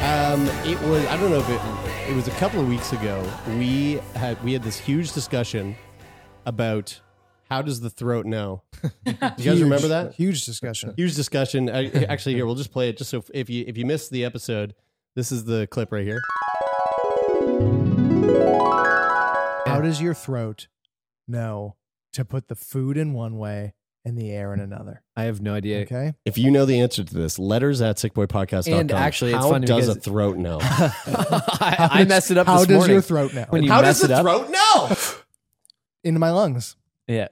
Um, it was I don't know if it it was a couple of weeks ago. We had we had this huge discussion about how does the throat know? Do you guys remember that? Huge discussion. Huge discussion. I, actually, here we'll just play it just so if- if you if you missed the episode, this is the clip right here. How does your throat know to put the food in one way and the air in another? I have no idea. Okay. If you know the answer to this, letters at sickboypodcast.com. And actually, it's how funny does a because- throat know? I, How I does- messed it up How this does morning. your throat know? When you how mess does it the up, throat know? Into my lungs. yeah,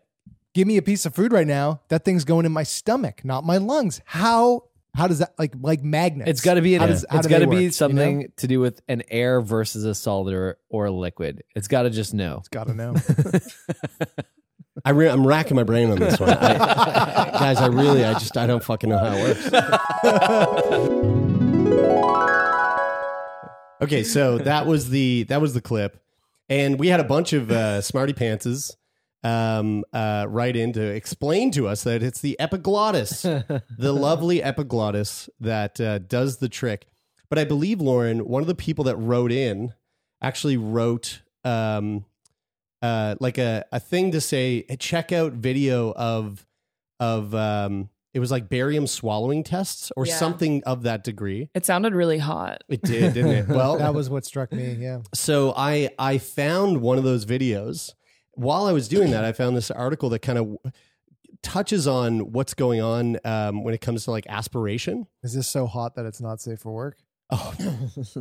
Give me a piece of food right now. That thing's going in my stomach, not my lungs. How? How does that like like magnets? it's got to be an, How does- how it's do they got to work, be you know? something to do with an air versus a solid or, or a liquid. It's got to just know. It's got to know. I re- I'm racking my brain on this one. I, guys, I really, I just, I don't fucking know how it works. okay, so that was the that was the clip, and we had a bunch of uh, smarty pantses um, uh, right in to explain to us that it's the epiglottis, the lovely epiglottis that uh, does the trick. But I believe Lauren, one of the people that wrote in, actually wrote um, uh, like a, a thing to say a checkout video of of um it was like barium swallowing tests or Yeah. something of that degree. It sounded really hot. It did, didn't it? Well, that was what struck me. Yeah. so I I found one of those videos. While I was doing that, I found this article that kind of touches on what's going on um, when it comes to like aspiration. Is this so hot that it's not safe for work? Oh,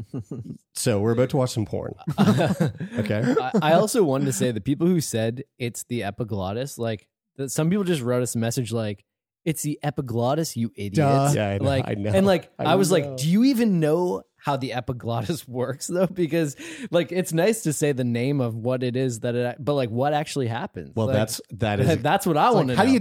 so we're about to watch some porn. Okay. I, I also wanted to say the people who said it's the epiglottis, like that some people just wrote us a message like, "It's the epiglottis, you idiots!" Duh. Yeah, I know, like, I know, and like I I, was know. like, "Do you even know how the epiglottis works, though?" Because like it's nice to say the name of what it is that it, but like what actually happens. Well, Like, that's that is that's what I It's want like, to. how do you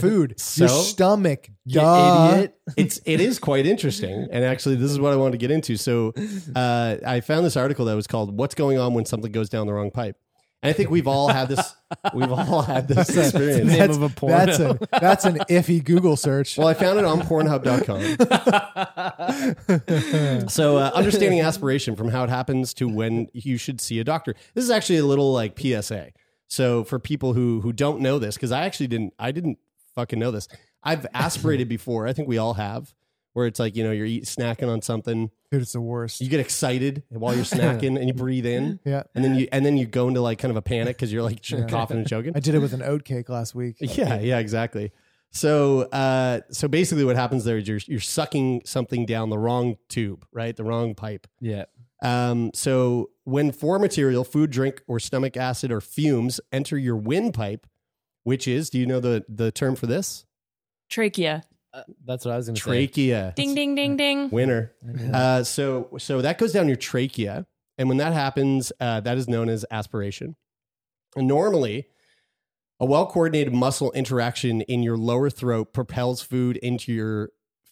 food? Your So? stomach. You Duh. idiot. it's it is quite interesting and actually this is what i wanted to get into so uh, i found this article that was called what's going on when something goes down the wrong pipe and i think we've all had this we've all had this experience name of a porno. That's an that's an iffy Google search. well i found it on pornhub.com so uh, understanding aspiration from how it happens to when you should see a doctor this is actually a little like psa so for people who who don't know this because i actually didn't i didn't fucking know this i've aspirated before i think we all have where it's like you know you're eat, snacking on something Dude, it's the worst. you get excited while you're snacking and you breathe in Yeah. and then you and then you go into like kind of a panic because you're like ch- coughing and choking I did it with an oat cake last week. yeah yeah exactly so uh so basically what happens there is you're you're sucking something down the wrong tube right the wrong pipe yeah. um so when foreign material food drink or stomach acid or fumes enter your windpipe which is do you know the the term for this Trachea. Uh, that's what I was going to say. trachea Ding, ding, ding, ding. winner. Uh, so so that goes down your trachea, and when that happens, uh, that is known as aspiration. And normally, a well coordinated muscle interaction in your lower throat propels food into your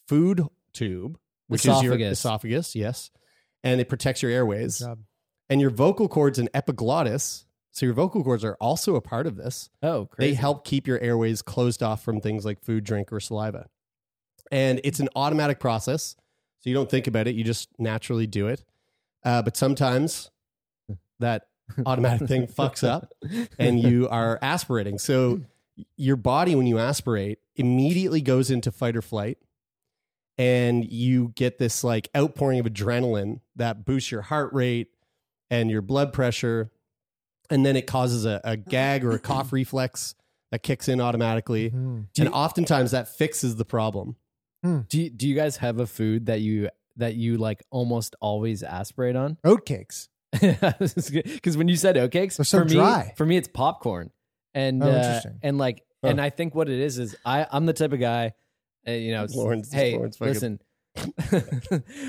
food tube, which is your Esophagus. esophagus. Yes, and it protects your airways Good job. and your vocal cords and epiglottis. So your vocal cords are also a part of this. Oh, crazy. They help keep your airways closed off from things like food, drink, or saliva. And it's an automatic process. So you don't think about it, you just naturally do it. Uh, but sometimes that automatic thing fucks up and you are aspirating. So your body, when you aspirate, immediately goes into fight or flight. and you get this like outpouring of adrenaline that boosts your heart rate and your blood pressure. And then it causes a, a gag or a cough reflex that kicks in automatically. Mhm. And oftentimes that fixes the problem. Mm. Do you, do you guys have a food that you that you like almost always aspirate on? Oatcakes. Because when you said oatcakes, They're so for me, dry. For me, it's popcorn, and Oh, uh, interesting. and like, and I think what it is is I I'm the type of guy, uh, you know, s- Lawrence- hey, Lawrence fucking- listen.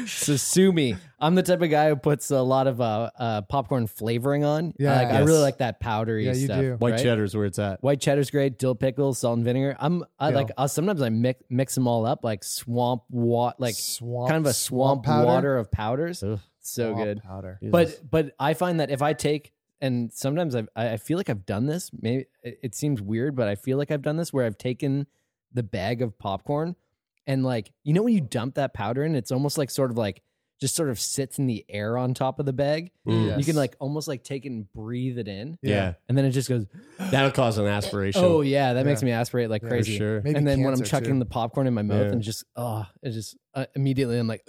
so sue me. I'm the type of guy who puts a lot of uh, uh, popcorn flavoring on. Yeah. like, I really Yes. like that powdery Yeah, you stuff. do. White right? cheddar's where it's at. White cheddar's great. Dill pickles, salt and vinegar. I'm I Yeah. like. i sometimes I mix mix them all up like swamp wat like swamp, kind of a swamp, powder? water of powders. So Swamp good. powder. But but I find that if I take and sometimes I I feel like I've done this. Maybe it it seems weird, but I feel like I've done this where I've taken the bag of popcorn and like you know when you dump that powder in, it's almost like sort of like just sort of sits in the air on top of the bag. Mm. You can like almost like take it and breathe it in, Yeah. and then it just goes. That'll cause an aspiration. Oh yeah, that makes Yeah. me aspirate like Yeah, for crazy. sure. Maybe and then when I'm cancer, chucking too. the popcorn in my mouth Yeah. and just oh, it just uh, immediately I'm like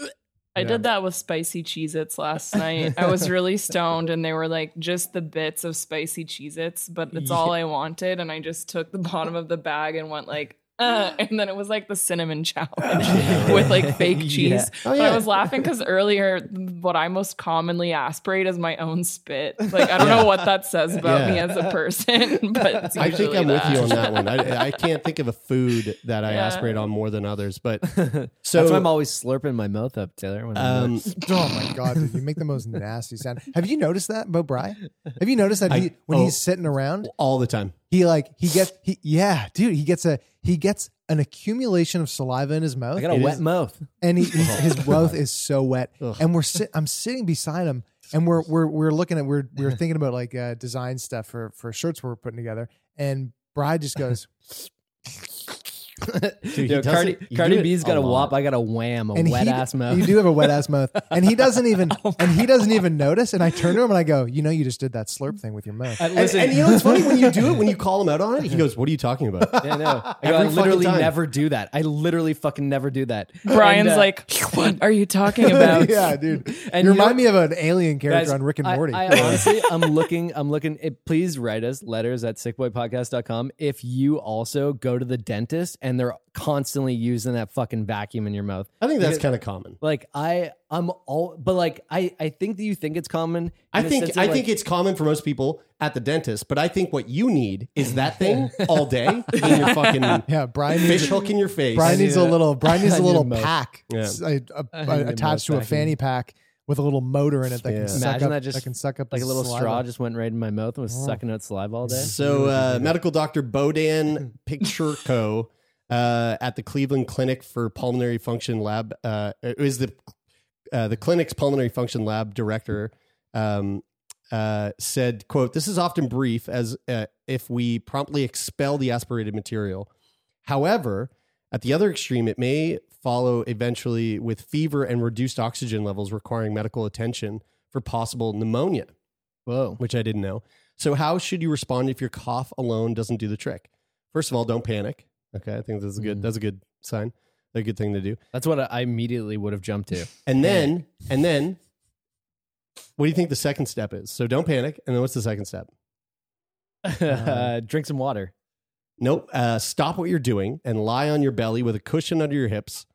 I Yeah. did that with spicy Cheez Its last night. I was really stoned and they were like just the bits of spicy Cheez Its, but it's all I wanted. And I just took the bottom of the bag and went like, uh, and then it was like the cinnamon challenge with like fake Yeah. cheese. Oh, But yeah. I was laughing because earlier, what I most commonly aspirate is my own spit. Like, I don't know what that says about Yeah. me as a person, but it's I think usually I'm that. with you on that one. I, I can't think of a food that I Yeah. aspirate on more than others, but So that's why I'm so always slurping my mouth up, Taylor. When I'm um, Oh my god, dude, you make the most nasty sound. Have you noticed that, Bo Bry? Have you noticed that I- he, when oh. he's sitting around, all the time. he like he gets he yeah, dude, he gets a he gets an accumulation of saliva in his mouth. I got a It wet is- mouth. and he, his, his mouth is so wet. And we're sit, I'm sitting beside him, and we're we're we're looking at we're we're thinking about like uh, design stuff for for shirts we're putting together, and Bride just goes, he Yo, does Cardi, it- you do Cardi it B's got a a wop. lot. I got a wham. A and wet he, ass mouth. Oh You do have a wet ass mouth, and he doesn't even and he doesn't even notice. And I turn to him and I go, you know, you just did that slurp thing with your mouth. I, And, listen, and you know what's funny when you do it when you call him out on it, he goes, "What are you talking about?" yeah, no. I, go, I Every fucking literally time. never do that. I literally fucking never do that. Brian's And, uh, like, what are you talking about? yeah, dude. And you you remind know- me of an alien character Guys, on Rick and I- Morty. I, honestly, I'm looking, I'm looking. It, please write us letters at sickboypodcast.com if you also go to the dentist and they're constantly using that fucking vacuum in your mouth. Oh. I think that's kind of common. Like I, I'm all, but like I, I think that you think it's common. in I the sense think of, I like, think it's common for most people at the dentist, but I think what you need is that thing all day in your fucking yeah, Brian fish needs, hook in your face. Brian needs a little Brian needs I a need little a moat. pack Yeah. s- a- a- I need a attached to moat a back fanny pack with a little motor in it that Yeah. can suck Imagine up that just can suck up like the a little saliva. straw just went right in my mouth and was Mm. sucking out saliva all day. So, uh, medical doctor Bodan Picturko uh, at the Cleveland Clinic for Pulmonary Function Lab uh, is the uh, the clinic's pulmonary function lab director. Um, uh, said, "quote This is often brief, as uh, if we promptly expel the aspirated material. However, at the other extreme, it may follow eventually with fever and reduced oxygen levels, requiring medical attention for possible pneumonia." Whoa. which I didn't know. So, how should you respond if your cough alone doesn't do the trick? First of all, don't panic. Okay, I think that's a good Mm. that's a good sign. That's a good thing to do. That's what I- I immediately would have jumped to. And then and then, what do you think the second step is? So don't panic. And then what's the second step? uh, drink some water. Nope. Uh, stop what you're doing and lie on your belly with a cushion under your hips.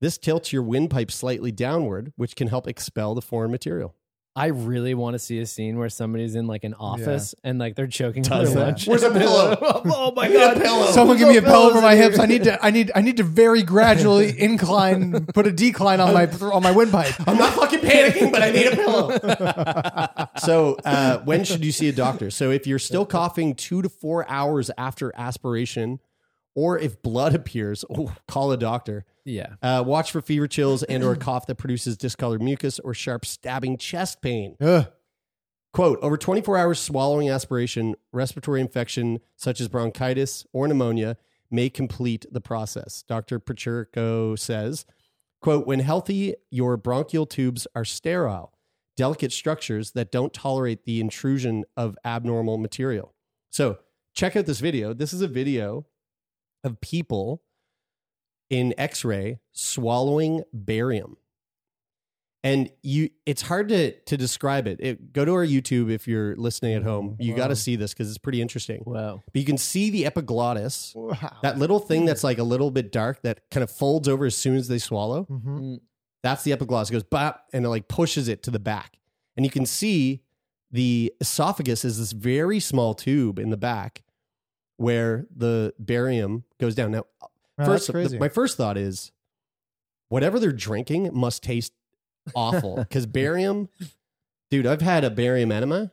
This tilts your windpipe slightly downward, which can help expel the foreign material. I really want to see a scene where somebody's in like an office and like they're choking on Does their that? lunch. Where's a pillow? oh my need a god, pillow. Someone give me a There's no pillow for my pillows in hips. I need to. I need. I need to very gradually incline, put a decline on my on my windpipe. I'm not fucking panicking, but I need a pillow. so, uh, when should you see a doctor? So, if you're still coughing two to four hours after aspiration, or if blood appears, oh, call a doctor. Yeah. Uh, watch for fever, chills, and/or a cough that produces discolored mucus or sharp stabbing chest pain. Ugh. Quote, over 24 hours swallowing aspiration, respiratory infection such as bronchitis or pneumonia may complete the process. Dr. Pachurko says, quote, when healthy, your bronchial tubes are sterile, delicate structures that don't tolerate the intrusion of abnormal material. So check out this video. This is a video of people in X-ray swallowing barium. And you it's hard to to describe it. it go to our YouTube if you're listening at home. You got to see this cuz it's pretty interesting. Wow. But you can see the epiglottis, Wow. that little thing that's like a little bit dark that kind of folds over as soon as they swallow. Mhm. mm. That's the epiglottis. It goes bop and it like pushes it to the back. And you can see the esophagus is this very small tube in the back where the barium goes down. Now, uh, Wow, first, that's crazy. the- my first thought is whatever they're drinking must taste awful because barium, dude, I've had a barium enema.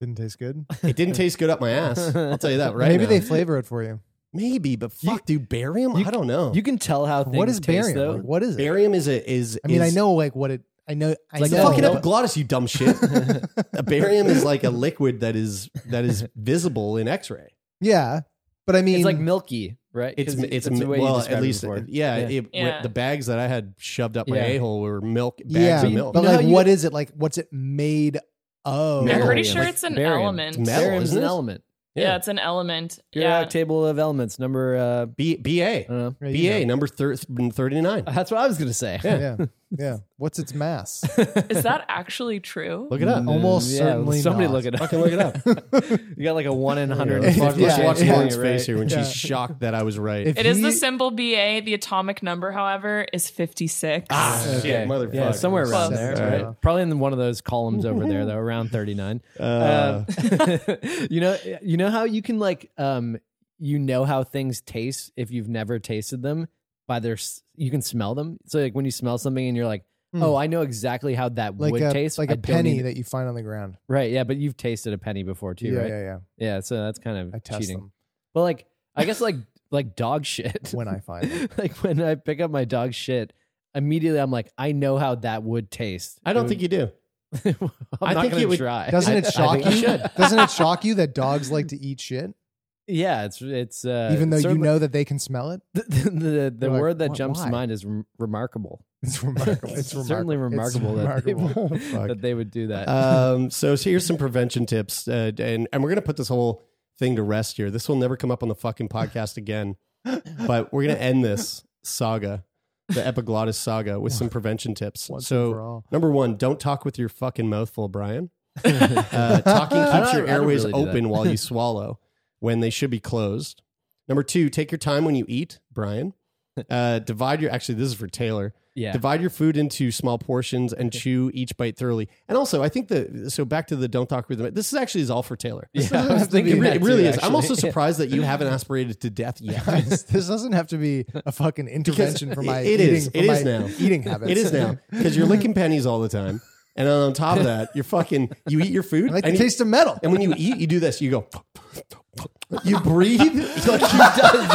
Didn't taste good. It didn't taste good up my ass. I'll tell you that right Maybe now. they flavor it for you. Maybe, but fuck, dude, barium. you- I don't know. You can tell how things What is taste, barium? though. Like, what is it? barium is a is. I mean, I is- know like what it. I know. I like It's know. a fucking No. epiglottis, you dumb shit. a barium is like a liquid that is that is visible in X-ray. yeah, but I mean, it's like milky, right? It's 'Cause it's that's the way you well at described it least before. yeah, It, Yeah. the bags that I had shoved up my Yeah. a hole were milk bags yeah, of but milk. You know how like, you- what is it like? What's it made of? Metal. I'm pretty Barium. sure Like it's an barium. element. It's metal, Barium is isn't an it? element. yeah. yeah. it's an element. Periodic yeah. table of elements, number uh, B B I A don't know. Yeah, you B A know. number thir- thirty nine. That's what I was gonna say. Yeah. yeah, What's its mass? Is that actually true? Look it up. Mm, Almost Yeah, certainly. somebody not. look it up. Fucking look it up. you got like a one in hundred. Let's watch, let's Yeah, watch yeah. Lauren's Right. face here when Yeah. she's shocked that I was right. If It is he- the symbol BA. The atomic number, however, is 56. Ah, shit, motherfucker. Yeah, somewhere around Close. there. All right. right? Probably in one of those columns over there, though, around thirty nine. Uh, Um, you know, you know how you can like, um, you know how things taste if you've never tasted them by their, s- you can smell them. So like when you smell something and you're like, Hmm. oh, I know exactly how that like would a taste, like I a don't penny need- that you find on the ground. right? Yeah, but you've tasted a penny before too, yeah, right? yeah, Yeah. yeah. so that's kind I of test cheating. them But like, I guess like like dog shit when I find them. like when I pick up my dog shit. Immediately, I'm like, I know how that would taste. I don't think you do. think you. I'm I not think gonna it would- try. Doesn't it shock think I you? should. Doesn't it shock you that dogs like to eat shit, Yeah, it's it's uh, even though you certainly- know that they can smell it? the the, the, the You're like, word that "Why- jumps why?" to mind is rem- remarkable. It's remarkable. It's, certainly remarkable, that, remarkable. They would, that they would do that. um, so here's some prevention tips, uh, and and we're gonna put this whole thing to rest here. This will never come up on the fucking podcast again, but we're gonna end this saga, the epiglottis saga, with some prevention tips. Once and for so all. number one, don't talk with your fucking mouth full, Brian. Uh, talking I don't- I keeps your don't airways really do open that. while you swallow when they should be closed. Number two, take your time when you eat, Brian. Uh, divide your actually this is for Taylor. yeah, Divide your food into small portions and chew each bite thoroughly. And also, I think the so back to the don't talk with them. This is actually is all for Taylor. yeah. I was thinking it, re- that it really too, is. I'm actually. also surprised that you haven't aspirated to death yet. Guys, this doesn't have to be a fucking intervention for my it eating, is- for it my is now. eating habits. it is now because you're licking pennies all the time, and on top of that, you're fucking. You eat your food. I like and the you- taste of metal. and when you eat, you do this. You go. You breathe, like you, does,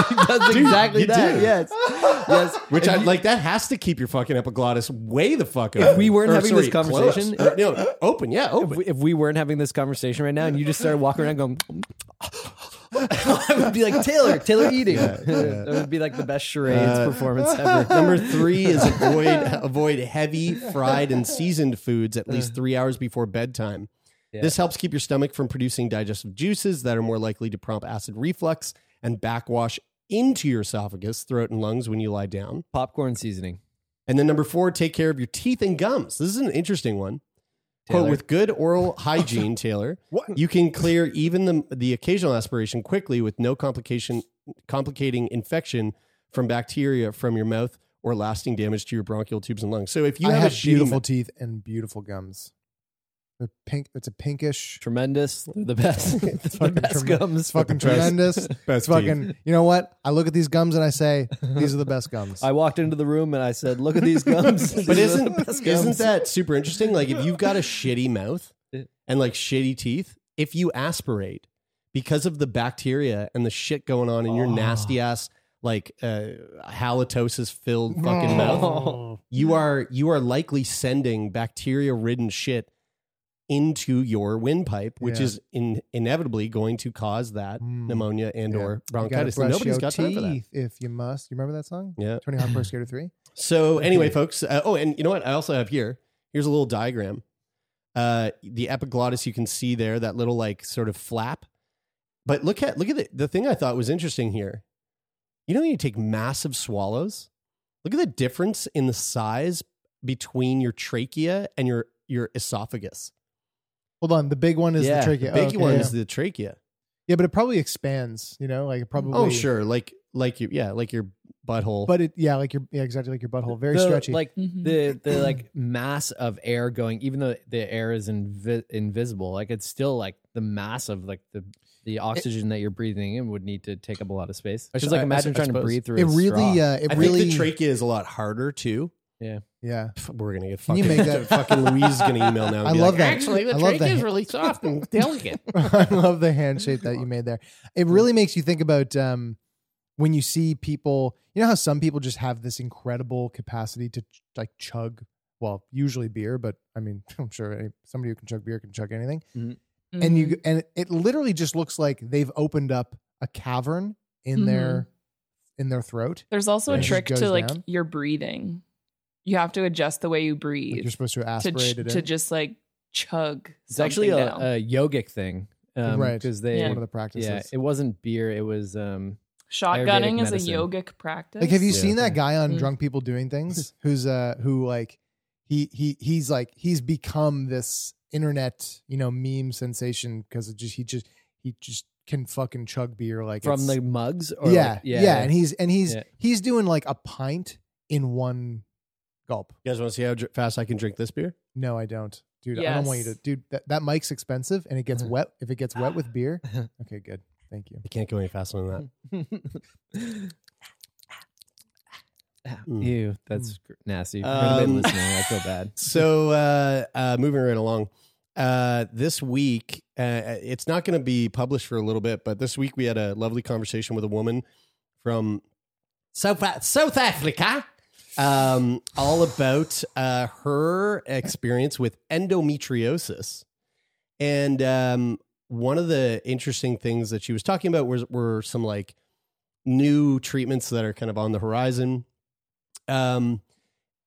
he does exactly you that. do. Yes, yes. which If I you- like. That has to keep your fucking epiglottis way the fuck open. we weren't Or, having this closed. conversation- Or, no, open. Yeah, If open. we, if we weren't having this conversation right now, and you just started walking around going, I would be like Taylor, Taylor eating. that would be like the best charades performance ever. Number three is avoid avoid heavy fried and seasoned foods at least three hours before bedtime. This helps keep your stomach from producing digestive juices that are more likely to prompt acid reflux and backwash into your esophagus, throat, and lungs when you lie down. Popcorn seasoning. And then number four, take care of your teeth and gums. This is an interesting one. Quote, Taylor. with good oral hygiene, Taylor, you can clear even the, the occasional aspiration quickly with no complication complicating infection from bacteria from your mouth or lasting damage to your bronchial tubes and lungs. So if you I have, have a beautiful beautiful teeth and beautiful gums. They're pink. It's a pinkish. Tremendous. The best. It's the fucking best tremendous. gums. It's fucking tremendous. It's fucking. You know what? I look at these gums and I say, these are the best gums. I walked into the room and I said, "Look at these gums." These are but the isn't best isn't gums. that super interesting? Like if you've got a shitty mouth and like shitty teeth, if you aspirate because of the bacteria and the shit going on in your nasty ass like uh, halitosis filled fucking mouth, you are you are likely sending bacteria ridden shit into your windpipe, which Yeah. is in, inevitably going to cause that Mm. pneumonia and Yeah. or You gotta bronchitis. brush Nobody's your got time for that. teeth If you must, you remember that song? Yeah. Tony Hawk Pro Skater Three. So anyway, folks. Uh, oh, and you know what? I also have here. Here's a little diagram. Uh, the epiglottis you can see there, that little like sort of flap. But look at look at the, the thing I thought was interesting here. You know, when you take massive swallows, look at the difference in the size between your trachea and your, your esophagus. Hold on, the big one is Yeah, the the trachea. The big okay, one yeah. is the trachea. yeah, but it probably expands. You know, like it probably. Oh, sure. Like, like your, yeah, like your butthole. But it, yeah, like your, yeah, exactly like your butthole, very The- stretchy. Like Mhm. the the like mass of air going, even though the air is invi- invisible, like it's still like the mass of like the the oxygen that you're breathing in would need to take up a lot of space. I Just s- like I- I imagine s- I trying to suppose. breathe through. it a really, straw. uh, it I really, think the trachea is a lot harder too. yeah. Pff, We're gonna get Can you fucking. make that- fucking Louise is gonna email now. and I be love like, that. Actually, the I love trachea that. is really soft and delicate. I love the hand shape that you made there. It really makes you think about um, when you see people. You know how some people just have this incredible capacity to ch- like chug. Well, usually beer, but I mean, I'm sure any, somebody who can chug beer can chug anything. Mm-hmm. And you and it literally just looks like they've opened up a cavern Mm-hmm. in their in their throat. There's also Yeah. a It trick just to goes like down. your breathing. You have to adjust the way you breathe Like you're supposed to to aspirate ch- it in. to just like chug. It's actually something a, down. a yogic thing, um, Right. Because they, Yeah. one of yeah. the practices. it wasn't beer. It was um, shotgunning Ayurvedic is medicine. a yogic practice. Like, have you Yeah. seen that guy on Mm. Drunk People Doing Things? Who's uh, who like, he he he's like he's become this internet you know meme sensation because it just he just he just can fucking chug beer like from it's- the mugs. Or yeah, like- yeah and he's and he's Yeah. he's doing like a pint in one gulp. You guys want to see how dr- fast I can drink this beer? No, I don't, dude. I don't want you to, Yes. dude. That, that mic's expensive and it gets wet if it gets wet with beer. Okay, good. Thank you. I can't go any faster than that. Mm. Ew, that's gr- nasty. For Um, anybody listening, I feel bad. So, uh, uh, moving right along. Uh, this week, uh, it's not going to be published for a little bit, but this week we had a lovely conversation with a woman from South South Africa, um, all about uh, her experience with endometriosis, and um, one of the interesting things that she was talking about was were some like new treatments that are kind of on the horizon, um,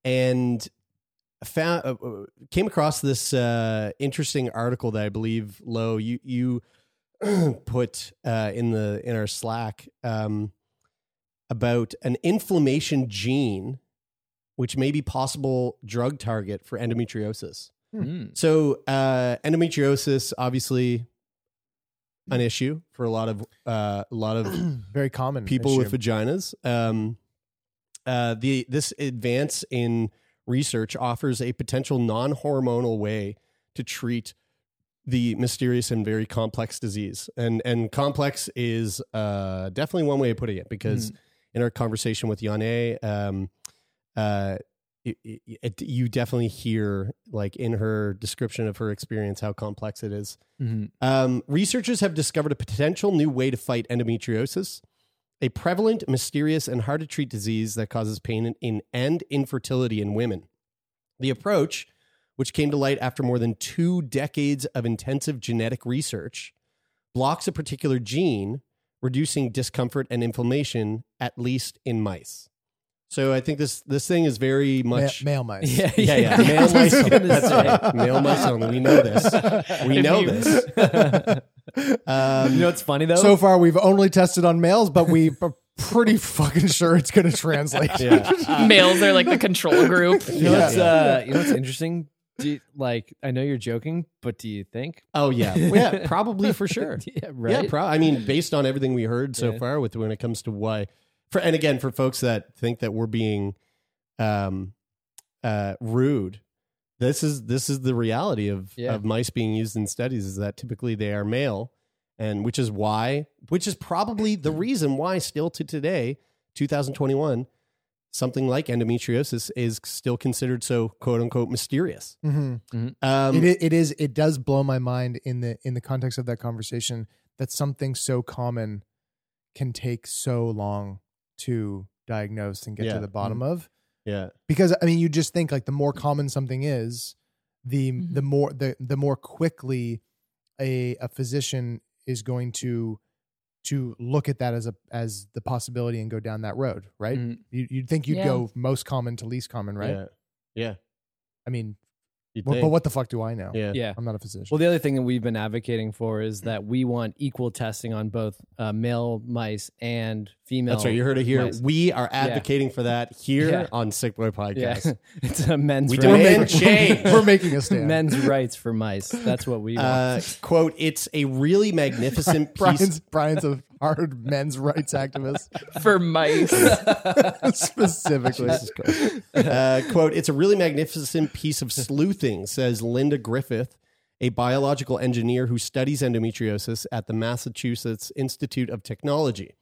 and found uh, uh, came across this uh, interesting article that I believe Lo you you put uh, in the in our Slack um, about an inflammation gene, which may be possible drug target for endometriosis. Mm. So uh, endometriosis, obviously, an issue for a lot of uh, a lot of Very common people issue. with vaginas. Um, uh, the this advance in research offers a potential non-hormonal way to treat the mysterious and very complex disease. And and complex is uh, definitely one way of putting it because in our conversation with Yane, um, uh, it, it, it- you definitely hear like in her description of her experience how complex it is. Mhm. Um, researchers have discovered a potential new way to fight endometriosis, a prevalent, mysterious, and hard to treat disease that causes pain in, in and infertility in women. The approach, which came to light after more than two decades of intensive genetic research, blocks a particular gene, reducing discomfort and inflammation, at least in mice. So I think this this thing is very Ma- much male mice. Mm-hmm. Yeah, yeah, yeah. Male That's what I was mice only. gonna That's say. right. Male mice only. We know this. We know you- this. Um, you know what's funny though? So far, we've only tested on males, but we are pretty fucking sure it's going to translate. yeah. Males are like the control group. you know Yeah. what's uh, you know what's interesting? Do you, like I know you're joking, but do you think? Oh yeah. Yeah. Probably for sure. Yeah, right. Yeah. Pro- I mean, based on everything we heard so Yeah. far, with when it comes to why, for and again for folks that think that we're being, um, uh, rude. This is this is the reality of Yeah. of mice being used in studies is that typically they are male, and which is why, which is probably the reason why, still to today, 2021, something like endometriosis is still considered so quote unquote mysterious. Mhm. Mm-hmm. Um, It, i- it is. It does blow my mind in the in the context of that conversation that something so common can take so long to diagnose and get Yeah. to the bottom of. yeah. Because I mean, you just think like the more common something is, the the more the the more quickly a a physician is going to to look at that as a as the possibility and go down that road, right? Mhm. You, you'd think you'd Yeah. go most common to least common, right? Yeah. Yeah. I mean, You'd Well, think. but what the fuck do I know? Yeah. Yeah. I'm not a physician. Well, the other thing that we've been advocating for is that we want equal testing on both uh, male mice and female. That's right. You heard it here. mice. We are advocating for that here Yeah. on Sick Boy Yeah, Podcast. it's a men's We right. demand change. We're making a stand. men's rights for mice. That's what we want. Uh, quote, it's a really magnificent piece. Brian's Brian's a hard men's rights activist for mice. specifically. Uh, quote, it's a really magnificent piece of sleuthing, says Linda Griffith, a biological engineer who studies endometriosis at the Massachusetts Institute of Technology.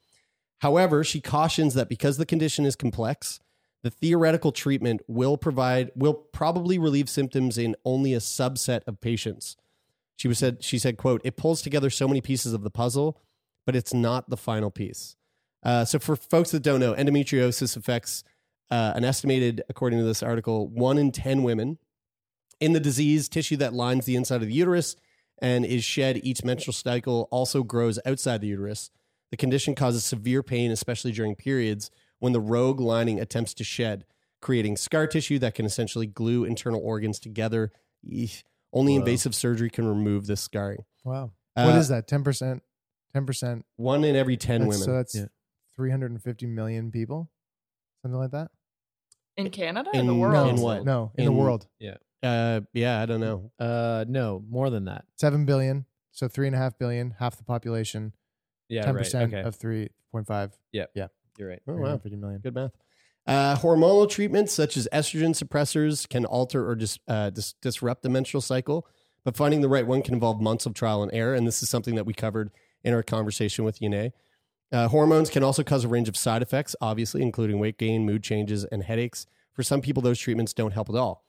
However, she cautions that because the condition is complex, the theoretical treatment will provide will probably relieve symptoms in only a subset of patients. She was said she said, quote, it pulls together so many pieces of the puzzle, but it's not the final piece. Uh, so for folks that don't know, endometriosis affects uh, an estimated, according to this article, one in 10 women. In the disease, tissue that lines the inside of the uterus and is shed each menstrual cycle also grows outside the uterus. The condition causes severe pain, especially during periods when the rogue lining attempts to shed, creating scar tissue that can essentially glue internal organs together. Eesh. Only Wow. invasive surgery can remove this scarring. Wow. Uh, what is that? Ten percent. Ten percent. One in every 10 women. So that's Yeah. 350 million people, something like that. In Canada? or In- the no, world? in what? No, in, the In- world, uh, yeah, I don't know. uh, no, more than that. seven billion. So three and a half billion, half the population. Yeah, Ten right. percent Okay, of three point five. you're right. Oh, wow. 350 million. Good math. Uh, hormonal treatments such as estrogen suppressors can alter or dis- uh, dis- disrupt the menstrual cycle, but finding the right one can involve months of trial and error. And this is something that we covered in our conversation with Yune. Uh, hormones can also cause a range of side effects, obviously, including weight gain, mood changes, and headaches. For some people, those treatments don't help at all.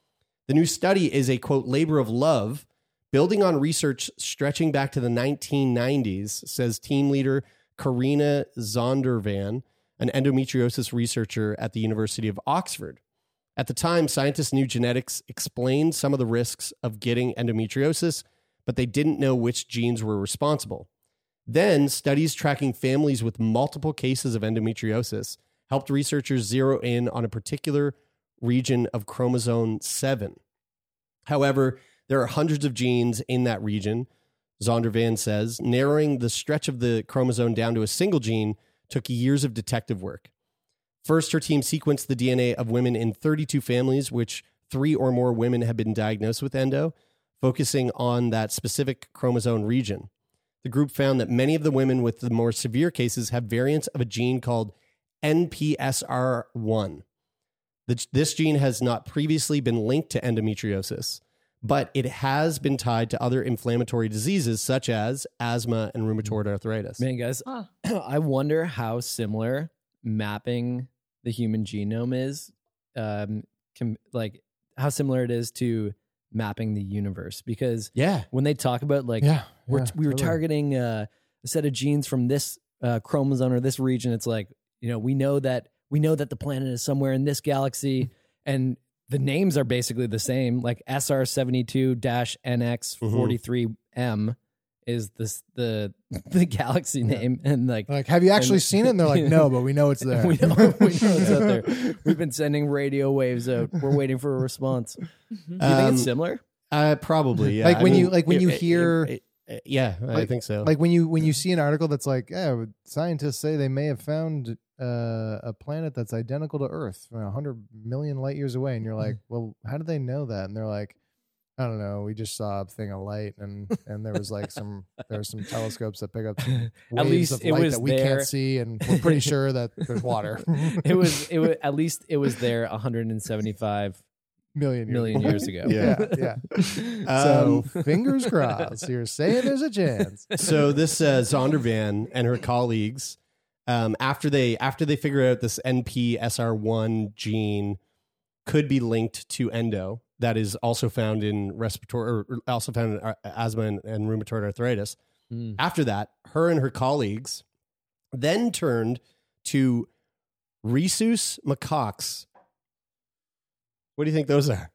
The new study is a quote, labor of love, building on research stretching back to the 1990s, says team leader Karina Zondervan an endometriosis researcher at the University of Oxford. At the time, scientists knew genetics explained some of the risks of getting endometriosis, but they didn't know which genes were responsible. Then, studies tracking families with multiple cases of endometriosis helped researchers zero in on a particular region of chromosome 7. However, there are hundreds of genes in that region, Zondervan says. Narrowing the stretch of the chromosome down to a single gene took years of detective work. First, her team sequenced the DNA of women in 32 families, which three or more women had been diagnosed with endo, focusing on that specific chromosome region. The group found that many of the women with the more severe cases have variants of a gene called NPSR1. The- This gene has not previously been linked to endometriosis, but it has been tied to other inflammatory diseases such as asthma and rheumatoid arthritis. Man, guys, Huh. I wonder how similar mapping the human genome is, um, com- like how similar it is to mapping the universe. Because Yeah. when they talk about like yeah, we're, yeah, we were totally. targeting uh, a set of genes from this uh, chromosome or this region, it's like you know we know that we know that the planet is somewhere in this galaxy, Mm-hmm. and the names are basically the same. Like SR seventy two dash NX forty three M is this the the galaxy name, and like Like, have you actually And- seen it? And they're like, no, but we know it's there. we know, we know it's out there. We've been sending radio waves out. We're waiting for a response. Do you think Um, it's similar? Uh, probably. Yeah. Like when you- like when it- you it- hear- it- it- yeah, I like- think so. like when you when you see an article that's like, yeah, scientists say they may have found uh, a planet that's identical to Earth, you know, 100 million light years away, and you're like, well, how did they know that? And they're like, I don't know, we just saw a thing of light, and and there was like some there were some telescopes that pick up waves least of it light was that we there. can't see, and we're pretty sure that there's water. it was it was at least it was there 175 million years. million years ago. Yeah, yeah. Um, So fingers crossed. You're saying there's a chance. so this uh, Zondervan and her colleagues, um, after they after they figure out this NPSR1 gene could be linked to endo that is also found in respiratory or also found in uh, asthma and, and rheumatoid arthritis. Mm. After that, her and her colleagues then turned to rhesus macaques. What do you think those are?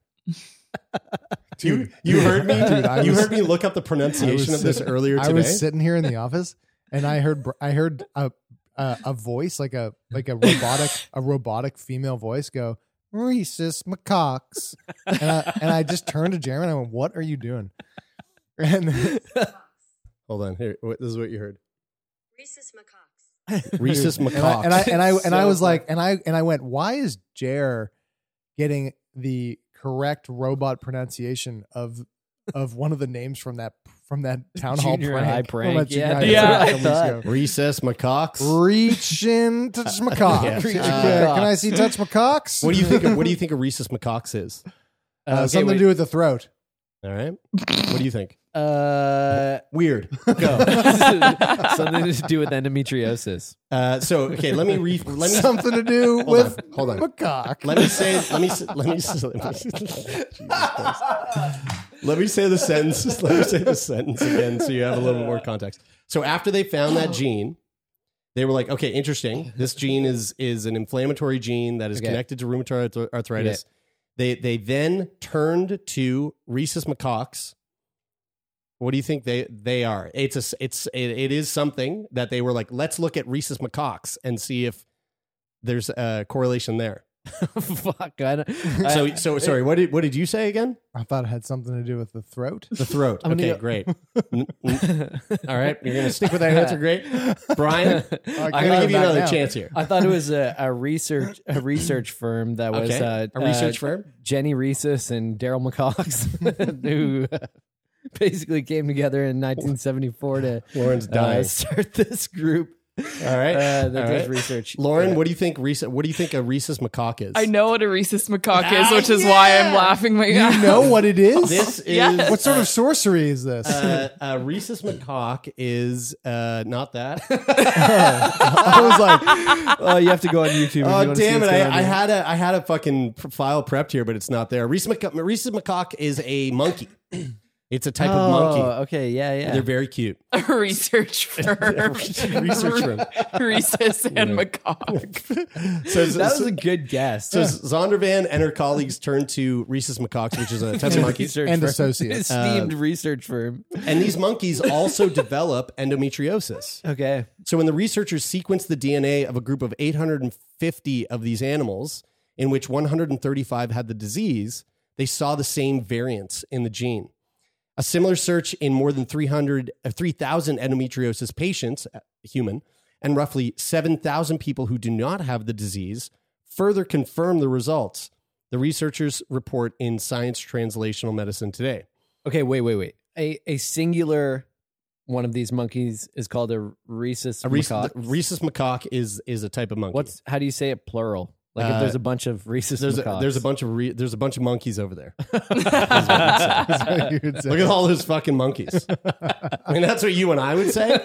Dude, You heard me. Dude, I you was- heard me look up the pronunciation I was of this sit- earlier today. I was sitting here in the office, and I heard br- I heard a a, a voice like a like a robotic a robotic female voice go. "Rhesus rhesus macaques. and, I, and I just turned to Jeremy and I went, What are you doing? And Hold on. Here, wait, this is what you heard. Rhesus macaques. Rhesus and I macaque. and I and I, and I So was like, and I and I went, why is Jer getting the correct robot pronunciation of of one of the names from that from that town hall Junior prank? high From prank. that junior Yeah, high yeah, I prank a couple weeks thought. ago. recess macaques. Reach in, touch my cocks. Yeah. Okay, Reach in, "Ah, Can I see touch my cocks? What do you think? Of, what do you think a rhesus macaques is? Uh, something to do with the throat. All right. What do you think? Uh, Weird. something to do with endometriosis. Uh, so okay, let me re- let me something to do Hold with on, hold on. my cock. let me say let me s- let me s- let me, s- Jesus Christ. let me say the sentence. Let me say the sentence again, so you have a little bit more context. So after they found that gene, they were like, okay, interesting. This gene is is an inflammatory gene that is Okay. connected to rheumatoid arth- arthritis. They they then turned to rhesus macaques. What do you think they they are? It's a s- it's it, it is something that they were like, let's look at rhesus macaques and see if there's a correlation there. Fuck. I don't, So so sorry, what did what did you say again? I thought it had something to do with the throat. The throat. I'm gonna okay, go- great. I, All right, you're gonna stick with that answer, great. Brian, I'm gonna got give you it another now. chance here. I thought it was a, a research a research firm that was Okay, uh, a research uh, firm. Jenny Rhesus and Daryl McCox, who uh, basically came together in 1974 to Lauren's uh, dying. start this group. All right, uh, that all does right. research. Lauren, Yeah. what do you think? Rhesus, what do you think a rhesus macaque is? I know what a rhesus macaque is, which is why I'm laughing my Ah, You know what it is? This is Yes. what sort of sorcery is this? uh, a rhesus macaque is uh, not that. I was like, oh, you have to go on YouTube. if you oh wanna see damn it! what's going I, I on. had a I had a fucking pr- file prepped here, but it's not there. Rhesus macaque, rhesus macaque is a monkey. It's a type of monkey. Oh, okay, yeah, yeah. They're very cute. A research firm. Research room. Rhesus and macaque. So that was a good guess. So Zondervan and her colleagues turned to rhesus macaques, which is a type of monkey. Research And firm. associates. esteemed research firm. And these monkeys also develop endometriosis. Okay, So when the researchers sequenced the DNA of a group of 850 of these animals, in which 135 had the disease, they saw the same variants in the gene. A similar search in more than 300, uh, 3,000 endometriosis patients, uh, human, and roughly 7,000 people who do not have the disease further confirmed the results. The researchers report in Science Translational Medicine today. okay. Wait, wait, wait. A a singular one of these monkeys is called a rhesus. A rhesus, macaque. rhesus macaque is is a type of monkey. What's how do you say it plural? Like Uh, if there's a bunch of rhesus. there's a, macaques. there's a bunch of re, there's a bunch of monkeys over there. That's what you would say. Look at all those fucking monkeys. I mean, that's what you and I would say.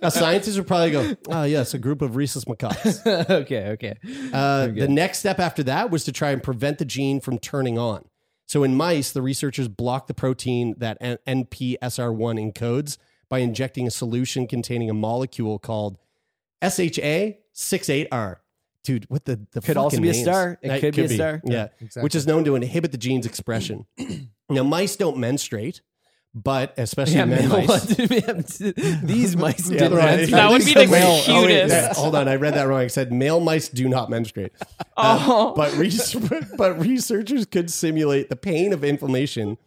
Now, scientists would probably go, "Oh yes, a group of rhesus macaques." okay, okay. Uh, Okay. the next step after that was to try and prevent the gene from turning on. So in mice, the researchers blocked the protein that N- NPSR1 encodes by injecting a solution containing a molecule called SHA68R. Dude, what the, the Could fucking also be a names. star. It That could be a star. Yeah, Exactly. which is known to inhibit the gene's expression. now, mice don't menstruate, but especially Yeah, men male mice. ones. These mice did right. that. That would be the Male- oh, wait, cutest. that- hold on, I read that wrong. I said male mice do not menstruate. Oh. Um, but, res- but researchers could simulate the pain of inflammation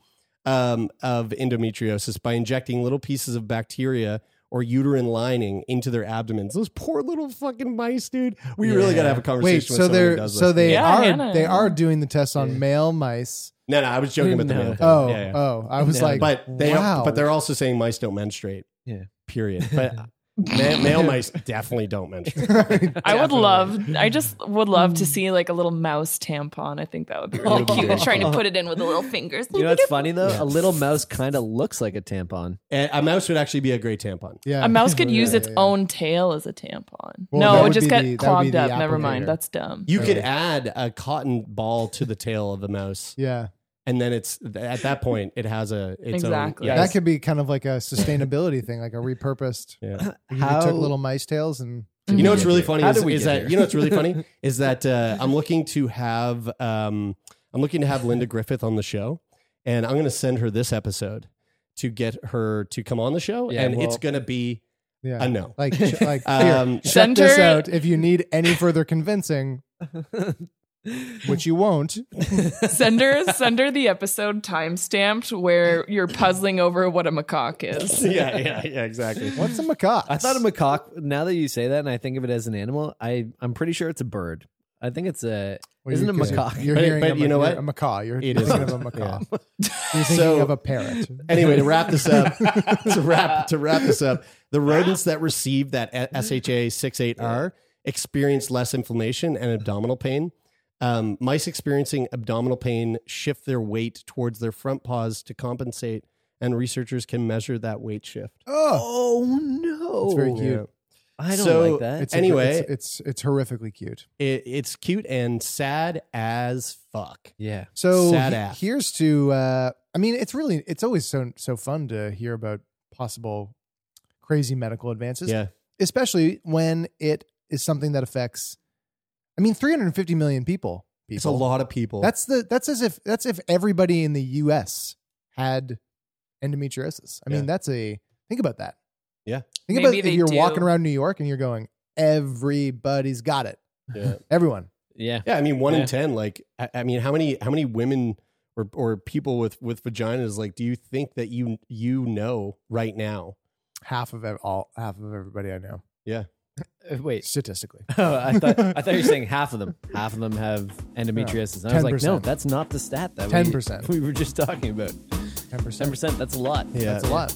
um, of endometriosis by injecting little pieces of bacteria or uterine lining into their abdomens. Those poor little fucking mice, dude. We really got to have a conversation Wait, with someone so who they're does so this. they Yeah, are Hannah. they are doing the test on male mice. No, no, I was joking about the No. male. thing. Oh, Yeah, yeah. oh, I was No. like, but they wow. but they're also saying mice don't menstruate. Yeah. Period. But ma- male mice definitely don't menstruate. I would love, I just would love Mm. to see like a little mouse tampon. I think that would be really cute. Trying to put it in with the little fingers. You know what's funny though? A little mouse kind of looks like a tampon. And a mouse would actually be a great tampon. yeah. A mouse could use Yeah, its yeah, yeah. own tail as a tampon. Well, that no, it would just be got the- that would be clogged the up. Never applicator. mind. That's dumb. You could Right. add a cotton ball to the tail of the mouse, Yeah, and then it's th- at that point it has a its Exactly. own. that could be kind of like a sustainability thing, like a repurposed. Yeah. You took little mice tails and Mm-hmm. You know what's really funny How is, did we is get that here? you know what's really funny is that uh, I'm looking to have um, I'm looking to have Linda Griffith on the show, and I'm going to send her this episode to get her to come on the show, Yeah, and it's well- going to be yeah, a no. like ch- like Um, here, check Send this her- out. If you need any further convincing, which you won't. Send her, send her the episode timestamped where you're puzzling over what a macaque is. yeah, yeah, yeah, exactly. What's a macaque? I thought a macaque. Now that you say that, and I think of it as an animal, I I'm pretty sure it's a bird. I think it's a Well, isn't you- it a 'cause you're- macaque. You're But- hearing but a you know ma- what? A macaw. You're It thinking isn't. of a macaw. You're thinking So- of a parrot. Anyway, to wrap this up, to wrap to wrap this up, the rodents that received that SHA68R experienced less inflammation and abdominal pain. Um, mice experiencing abdominal pain shift their weight towards their front paws to compensate, and researchers can measure that weight shift. Oh, Oh no! it's very cute. I don't So, like that. It's Anyway. it's, it's it's horrifically cute. It, it's cute and sad as fuck. yeah. So Sad he- ass. here's to. Uh, I mean, it's really it's always so so fun to hear about possible crazy medical advances, Yeah, especially when it is something that affects. I mean, 350 million people. people. it's a lot of people. That's the that's as if that's if everybody in the U.S. had endometriosis. I mean, Yeah. that's a think about that. Yeah. think Maybe about they if you're do. walking around New York and you're going, everybody's got it. Yeah. Everyone. Yeah. Yeah, I mean one in Yeah. ten. Like, I, I mean, how many how many women or or people with with vaginas like do you think that you you know right now? Half of ev- all half of everybody I know Uh, Wait. statistically. Oh, I thought I thought you were saying half of them. Half of them have endometriosis. And I was like, no, 10%. that's not the stat that we- 10%. we were just talking about. Ten Ten percent. percent. That's a lot. Yeah. That's a lot.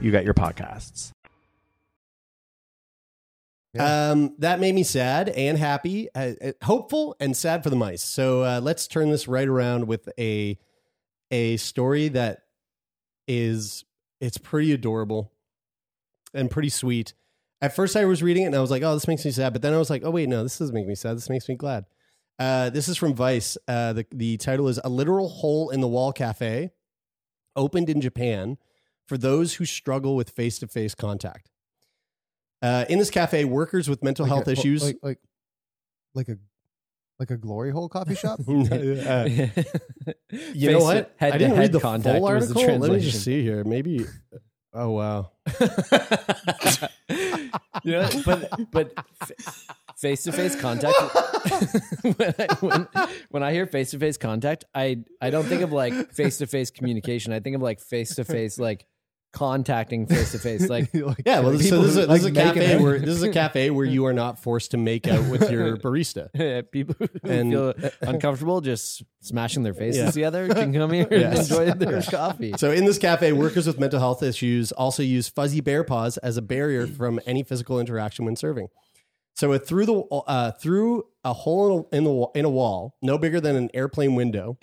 you get your podcasts. Um, that made me sad and happy, uh, uh, hopeful and sad for the mice. So uh, let's turn this right around with a a story that is it's pretty adorable and pretty sweet. At first, I was reading it and I was like, "Oh, this makes me sad," but then I was like, "Oh wait, no, this doesn't make me sad. This makes me glad." Uh, this is from Vice. Uh, the the title is "A Literal Hole in the Wall Cafe," opened in Japan for those who struggle with face to face contact. Uh, in this cafe, workers with mental Like health a- issues. Like like like a like a glory hole coffee shop. Uh, you you know what? Head I didn't to read head the contact full was the article. translation. Let me just see here. Maybe. Oh wow. you know, but but face to face contact. when, I, when, when I hear face to face contact, I I don't think of like face to face communication. I think of like face to face like contacting face to face. Like Yeah. Well, this, so this is a, this is a Like making cafe out. where this is a cafe where you are not forced to make out with your barista. people who And- feel uncomfortable just smashing their faces Yeah. together can come here Yeah. and enjoy their coffee. So in this cafe, workers with mental health issues also use fuzzy bear paws as a barrier from any physical interaction when serving. So it through the uh, through a hole in the wa- in a wall, no bigger than an airplane window,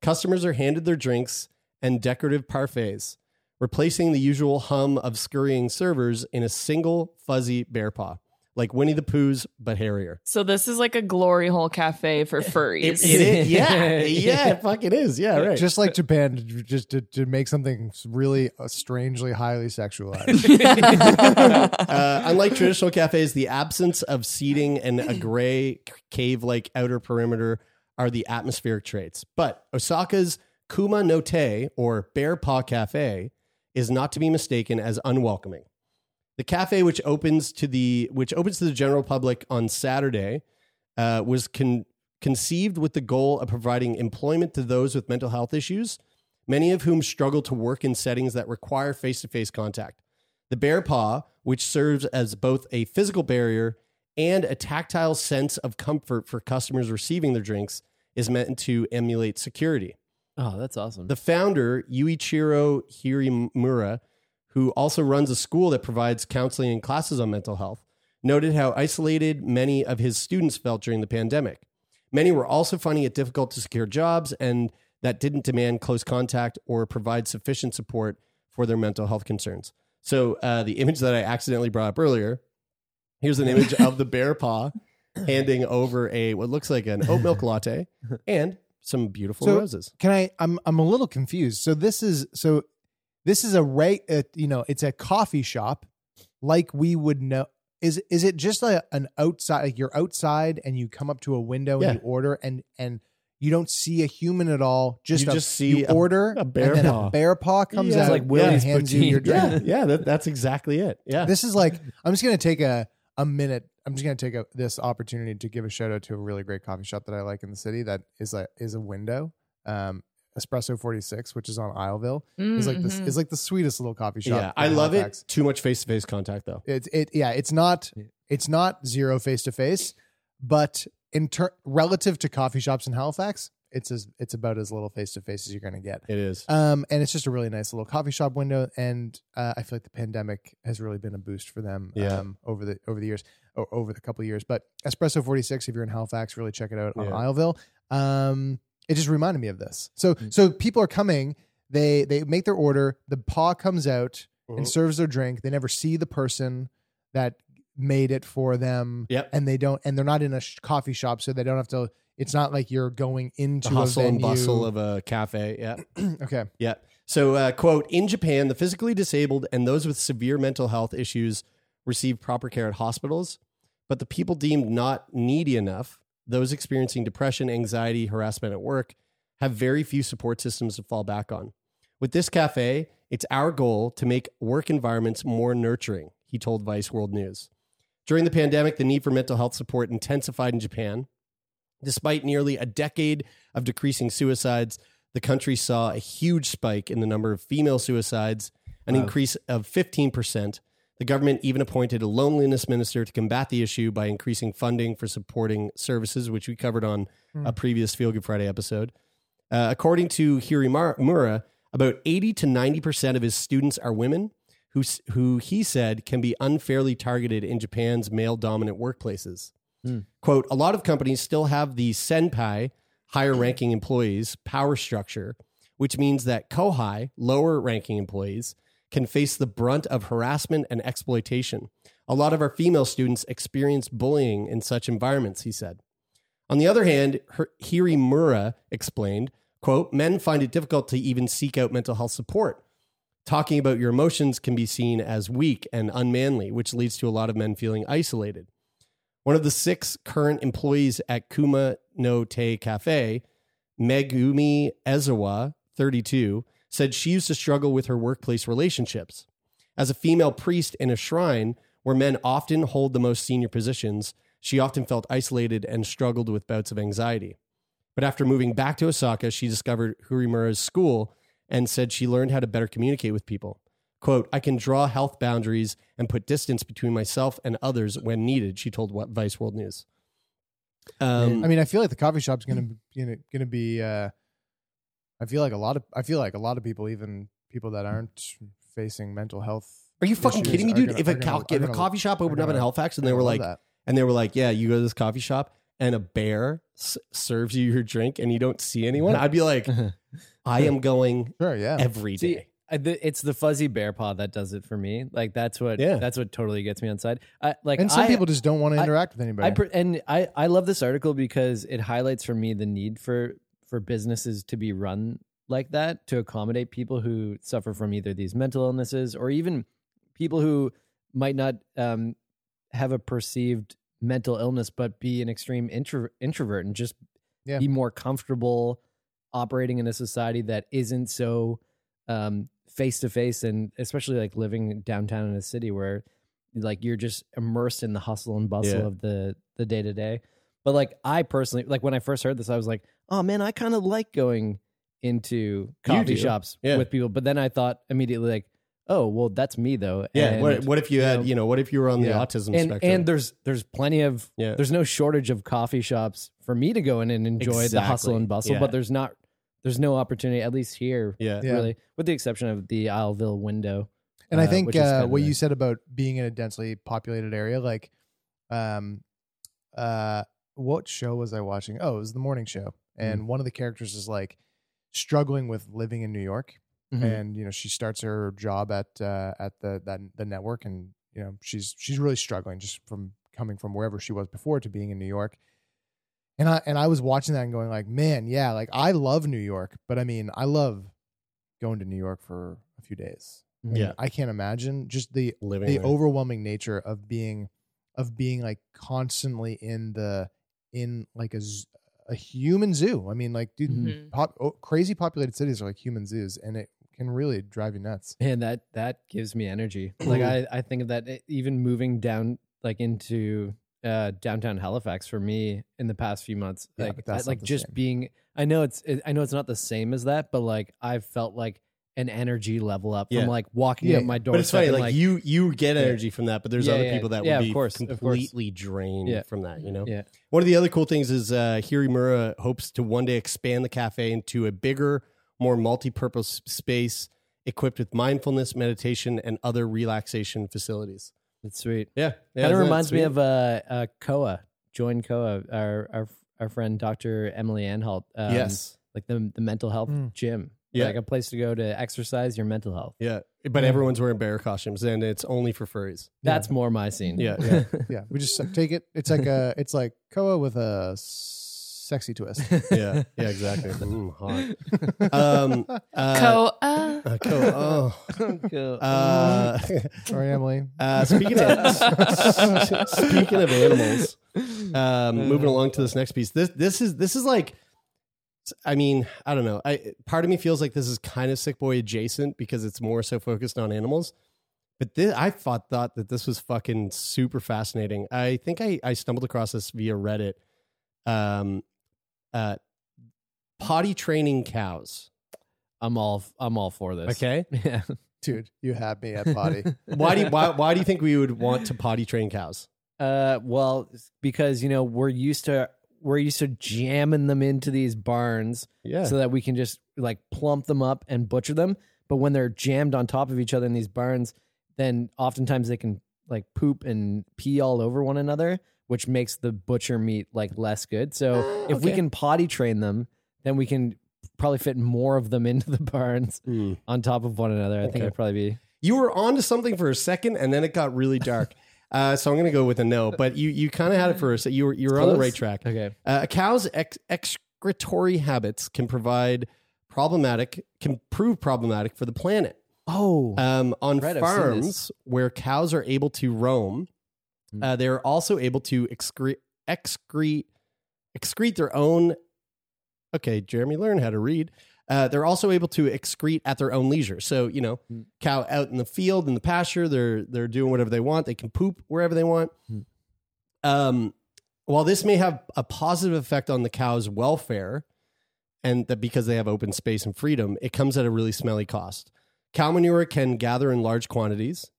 customers are handed their drinks and decorative parfaits, replacing the usual hum of scurrying servers in a single fuzzy bear paw, like Winnie the Pooh's but hairier. So this is like a glory hole cafe for furries. It is, yeah, yeah, it fucking is, yeah, right. Just like Japan, to- just to, to make something really uh, strangely highly sexualized. Uh, unlike traditional cafes, the absence of seating and a gray cave like outer perimeter are the atmospheric traits. But Osaka's Kuma no Te or Bear Paw Cafe is not to be mistaken as unwelcoming. The cafe, which opens to the which opens to the general public on Saturday, uh, was con- conceived with the goal of providing employment to those with mental health issues, many of whom struggle to work in settings that require face to face contact. The bear paw, which serves as both a physical barrier and a tactile sense of comfort for customers receiving their drinks, is meant to emulate security. Oh, that's awesome. The founder, Yuichiro Hirimura, who also runs a school that provides counseling and classes on mental health, noted how isolated many of his students felt during the pandemic. Many were also finding it difficult to secure jobs and that didn't demand close contact or provide sufficient support for their mental health concerns. So uh, the image that I accidentally brought up earlier, here's an image of the bear paw handing over a what looks like an oat milk latte and some beautiful So, roses. Can I? I'm I'm a little confused. So this is so this is a right. Uh, you know, it's a coffee shop, like we would know. Is is it just a, an outside? Like you're outside and you come up to a window Yeah. and you order and and you don't see a human at all. Just You a, just see you a- order a bear and then paw. a bear paw comes Yeah. out Like and Willie's hands you your drink. Yeah, yeah that, that's exactly it. Yeah. This is like I'm just gonna take a a minute. I'm just gonna take a, this opportunity to give a shout out to a really great coffee shop that I like in the city. That is a is a window. Um, Espresso 46, which is on Isleville, Mm-hmm. is like this Mhm. is like the sweetest little coffee shop. Yeah, I in love Halifax. it. Too much face to face contact though. It's it yeah. It's not it's not zero face to face, but in ter- relative to coffee shops in Halifax, it's as it's about as little face to face as you're gonna get. It is. Um, and it's just a really nice little coffee shop window, and uh, I feel like the pandemic has really been a boost for them. Yeah. Um, over the over the years, or over the couple of years. But Espresso Forty Six, if you're in Halifax, really check it out on Yeah. Isleville. Um, it just reminded me of this. So Mm. so people are coming. They they make their order. The paw comes out Mhm. and serves their drink. They never see the person that made it for them. Yep. And they don't. And they're not in a sh- coffee shop, so they don't have to. It's not like you're going into the hustle a and venue. bustle of a cafe. Yeah. okay. Yeah. So, uh, quote In Japan, the physically disabled and those with severe mental health issues receive proper care at hospitals, but the people deemed not needy enough, those experiencing depression, anxiety, harassment at work, have very few support systems to fall back on. With this cafe, it's our goal to make work environments more nurturing, he told Vice World News. During the pandemic, the need for mental health support intensified in Japan. Despite nearly a decade of decreasing suicides, the country saw a huge spike in the number of female suicides, an Wow. increase of 15%. The government even appointed a loneliness minister to combat the issue by increasing funding for supporting services, which we covered on a previous Feel Good Friday episode. Uh, according to Hirimura, about 80 to 90% of his students are women who, s- who he said can be unfairly targeted in Japan's male dominant workplaces. Hmm. Quote, a lot of companies still have the senpai, higher ranking employees, power structure, which means that kohai, lower ranking employees, can face the brunt of harassment and exploitation. A lot of our female students experience bullying in such environments, he said. On the other hand, Her- Hirimura explained, quote, men find it difficult to even seek out mental health support. Talking about your emotions can be seen as weak and unmanly, which leads to a lot of men feeling isolated. One of the six current employees at Kuma no Te Cafe, Megumi Ezawa, 32, said she used to struggle with her workplace relationships. As a female priest in a shrine where men often hold the most senior positions, she often felt isolated and struggled with bouts of anxiety. But after moving back to Osaka, she discovered Hurimura's school and said she learned how to better communicate with people. Quote, I can draw health boundaries and put distance between myself and others when needed, she told what Vice World News. Um, I mean, I feel like the coffee shop's gonna gonna gonna be. Uh, I feel like a lot of I feel like a lot of people, even people that aren't facing mental health. Are you fucking issues kidding me, are dude? gonna- if a, are gonna- cal- if are a gonna- coffee shop are opened up in gonna- Halifax and are they were gonna like, love that. and they were like, yeah, you go to this coffee shop and a bear s- serves you your drink and you don't see anyone, I'd be like, I am going sure, yeah. every day. See, I- the- it's the fuzzy bear paw that does it for me. Like that's what Yeah. that's what totally gets me on side. I, like and some I- people just don't want to I- interact with anybody. I pr- and I I love this article because it highlights for me the need for for businesses to be run like that to accommodate people who suffer from either these mental illnesses or even people who might not um, have a perceived mental illness but be an extreme intro- introvert and just Yeah. be more comfortable operating in a society that isn't so um face to face and especially like living downtown in a city where like you're just immersed in the hustle and bustle Yeah. of the the day to day but like i personally like when i first heard this i was like oh man i kind of like going into coffee do. shops Yeah. with people but then i thought immediately like oh well that's me though Yeah. And- What, what if you had, you know, what if you were on the yeah. autism and, spectrum? And there's there's plenty of Yeah. there's no shortage of coffee shops for me to go in and enjoy the hustle Exactly. and bustle, Yeah. but there's not there's no opportunity at least here. Yeah. Yeah. really, with the exception of the Isleville window. and I uh, think which is uh, kinda what nice. you said about being in a densely populated area, like, um, uh, what show was I watching? Oh, it was the morning show, and one of the characters is like struggling with living in New York, Mhm. and you know she starts her job at uh, at the that, the network, and you know she's she's really struggling just from coming from wherever she was before to being in New York. And I and I was watching that and going like, man, yeah, like I love New York, but I mean, I love going to New York for a few days. I mean, Yeah. I can't imagine just the Living the there. overwhelming nature of being of being like constantly in the in like a z- a human zoo. I mean, like dude, Mhm. pop, oh, crazy populated cities are like human zoos, and it can really drive you nuts. Man, that that gives me energy. Like I, I think of that eh, even moving down like into uh downtown Halifax for me in the past few months. Yeah, like but that's I- like not the just same. being I know it's it- I know it's not the same as that, but like I've felt like an energy level up Yeah. from like walking Yeah, up my door. But it's funny, like, you you get energy from that, but there's Yeah, other yeah, people that yeah, would of be course, of course. completely drained Yeah. from that, you know? Yeah. One of the other cool things is uh Hirimura hopes to one day expand the cafe into a bigger, more multi-purpose space equipped with mindfulness, meditation, and other relaxation facilities. That's sweet. Yeah. yeah kind isn't of that reminds me sweet? of uh, uh Koa, join Koa, our our our friend Dr. Emily Anhalt. Um, Yes. like the the mental health Mm. gym. Yeah. Like a place to go to exercise your mental health. Yeah. But Yeah. everyone's wearing bear costumes and it's only for furries. That's more my scene. Yeah. Yeah, yeah. We just like, take it. It's like a it's like Koa with a sexy twist. Yeah. Yeah, exactly. Ooh, hot. Um uh, Koa. uh, co- oh. Cool. Uh, Sorry, Emily. Uh, speaking of speaking of animals, um, moving along to this next piece. This this is this is like, I mean, I don't know. I part of me feels like this is kind of Sick Boy adjacent because it's more so focused on animals. But this, I thought thought that this was fucking super fascinating. I think I I stumbled across this via Reddit. Um, uh, potty training cows. I'm all I'm all for this. Okay, Yeah. Dude, you had me at potty. why do you, why why do you think we would want to potty train cows? Uh well because you know we're used to we're used to jamming them into these barns Yeah, so that we can just like plump them up and butcher them. But when they're jammed on top of each other in these barns, then oftentimes they can like poop and pee all over one another, which makes the butcher meat like less good. So if we okay. can potty train them, then we can probably fit more of them into the barns Hmm. on top of one another. I think Okay. it'd probably be you were onto something for a second, and then it got really dark. Uh, so I'm going to go with a no. But you you kind of had it for a se- you were you were on the Close. right track. okay. Uh, a cow's ex- excretory habits can provide problematic can prove problematic for the planet. Oh, Um, on Right, I've seen farms this. Hmm. where cows are able to roam, uh, they are also able to excrete excrete excrete their own. Okay, Jeremy, learn how to read. Uh, they're also able to excrete at their own leisure. So you know, Hmm. cow out in the field in the pasture, they're they're doing whatever they want. They can poop wherever they want. Hmm. Um, while this may have a positive effect on the cow's welfare, and that because they have open space and freedom, it comes at a really smelly cost. Cow manure can gather in large quantities,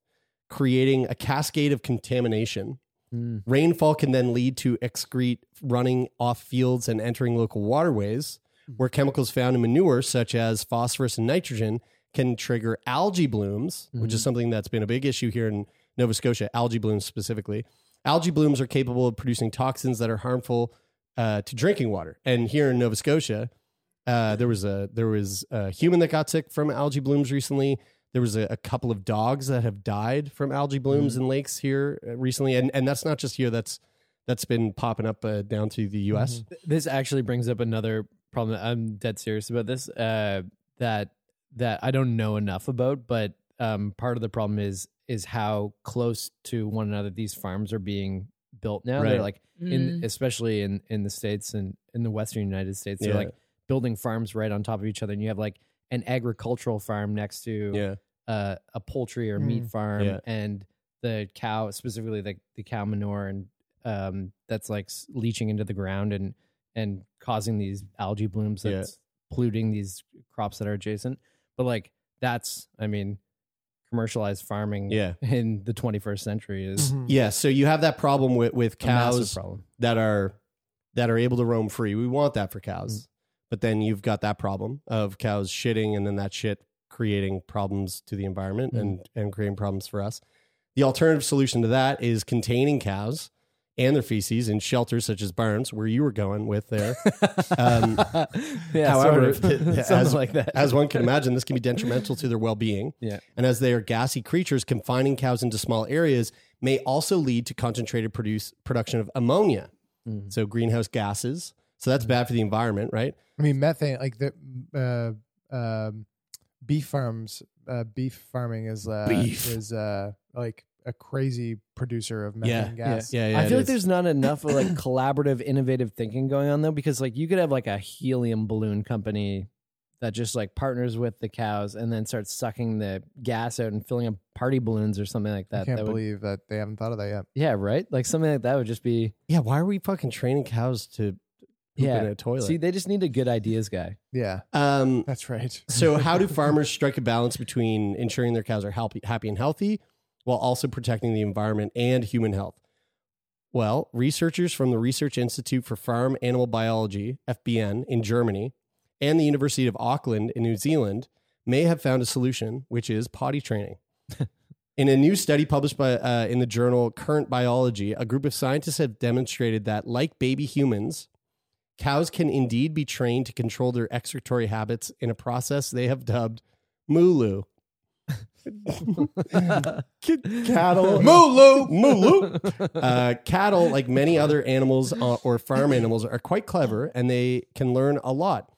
creating a cascade of contamination. Mm. Rainfall can then lead to excrete running off fields and entering local waterways, where chemicals found in manure, such as phosphorus and nitrogen, can trigger algae blooms, which is something that's been a big issue here in Nova Scotia, algae blooms specifically. Algae blooms are capable of producing toxins that are harmful uh, to drinking water. And here in Nova Scotia, uh, there was a there was a human that got sick from algae blooms recently. There was a, a couple of dogs that have died from algae blooms in lakes here uh, recently, and and that's not just here. That's that's been popping up uh, down to the U.S. this actually brings up another problem i'm dead serious about this uh that that i don't know enough about but um part of the problem is is how close to one another these farms are being built now Right. they're like in especially in in the states and in the western united states Yeah. they're like building farms right on top of each other and you have like an agricultural farm next to Yeah, uh, a poultry or Mm. meat farm Yeah. and the cow specifically the, the cow manure and um, that's like s- leaching into the ground and and causing these algae blooms Yeah. that's polluting these crops that are adjacent but like that's i mean commercialized farming Yeah. in the 21st century is Mhm. yeah. So you have that problem with with a massive cows problem that are that are able to roam free. We want that for Mm. cows, but then you've got that problem of cows shitting, and then that shit creating problems to the Mm. environment and and creating problems for us. The alternative solution to that is containing cows and their feces in shelters such as barns, where you were going with there. Um, Yeah, however, sort of. as, Something like that. as one can imagine, this can be detrimental to their well being. Yeah. And as they are gassy creatures, confining cows into small areas may also lead to concentrated produce, production of ammonia, Mm. so greenhouse gases. So that's bad for the environment, right? I mean, methane, like the uh, um beef farms, uh, beef farming is uh, Beef. is uh, like a crazy producer of methane gas. I feel like there's not enough of like collaborative, innovative thinking going on though, because like you could have like a helium balloon company that just like partners with the cows and then starts sucking the gas out and filling up party balloons or something like that. I can't that would- believe that they haven't thought of that yet. yeah, right. Like something like that would just be Yeah. Why are we fucking training cows to poop yeah. in a toilet? See, they just need a good ideas guy. Yeah, um, that's right. So, how do farmers strike a balance between ensuring their cows are happy, happy and healthy while also protecting the environment and human health? Well, researchers from the Research Institute for Farm Animal Biology, FBN, in Germany and the University of Auckland in New Zealand may have found a solution, which is potty training. In a new study published by, uh, in the journal Current Biology, a group of scientists have demonstrated that, like baby humans, cows can indeed be trained to control their excretory habits in a process they have dubbed mulu. cattle mulu mulu uh, cattle like many other animals uh, or farm animals are quite clever and they can learn a lot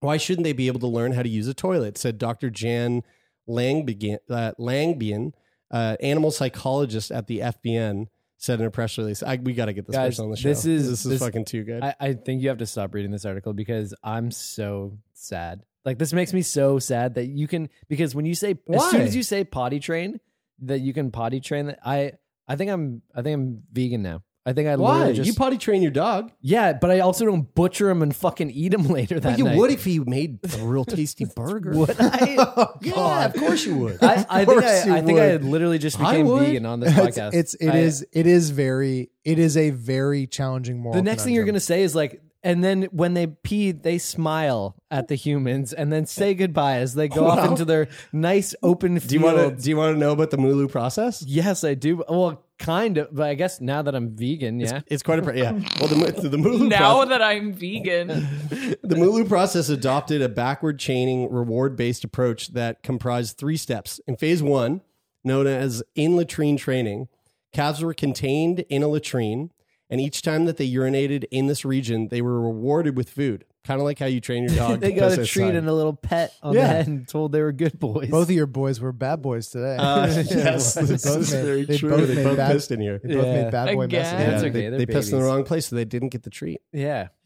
why shouldn't they be able to learn how to use a toilet said dr jan langbian, uh, langbian uh, animal psychologist at the fbn said in a press release I, we got to get this Guys, person on the show this is- this is this- fucking too good I, I think you have to stop reading this article because I'm so sad. Like this makes me so sad that you can because when you say as soon Why? as you say potty train that you can potty train that I I think I'm I think I'm vegan now. I think I Why? literally just you potty train your dog. yeah, but I also don't butcher him and fucking eat him later that you night. would if he made a real tasty burger. Would I? yeah, of course you would. I, I course think I, you I think I would. literally just I became would. vegan on this It's, podcast. it's it I- is it is very it is a very challenging moral. the next thing you're conundrum. gonna say is like, and then when they pee, they smile at the humans and then say goodbye as they go off Wow. into their nice open field. do you want to? Do you want to know about the Mulu process? Yes, I do. Well, kind of, but I guess now that I'm vegan, yeah. It's quite a pro- yeah. Well, the, Mu- the Mulu Mm. Now proce- that I'm vegan, the Mulu process adopted a backward chaining reward based approach that comprised three steps. In phase one, known as in latrine training, calves were contained in a latrine, and each time that they urinated in this region, they were rewarded with food, kind of like how you train your dog. they to got piss a treat outside. and a little pet on Yeah. the head and told they were good boys. Both of your boys were bad boys today. Uh, Yeah, yes, they this both is made- very they true. Both they made both bad, pissed in here. They both Yeah. made bad boy Again. messes. Yeah, That's they- okay, They, they're pissed in the babies. wrong place, so they didn't get the treat. yeah.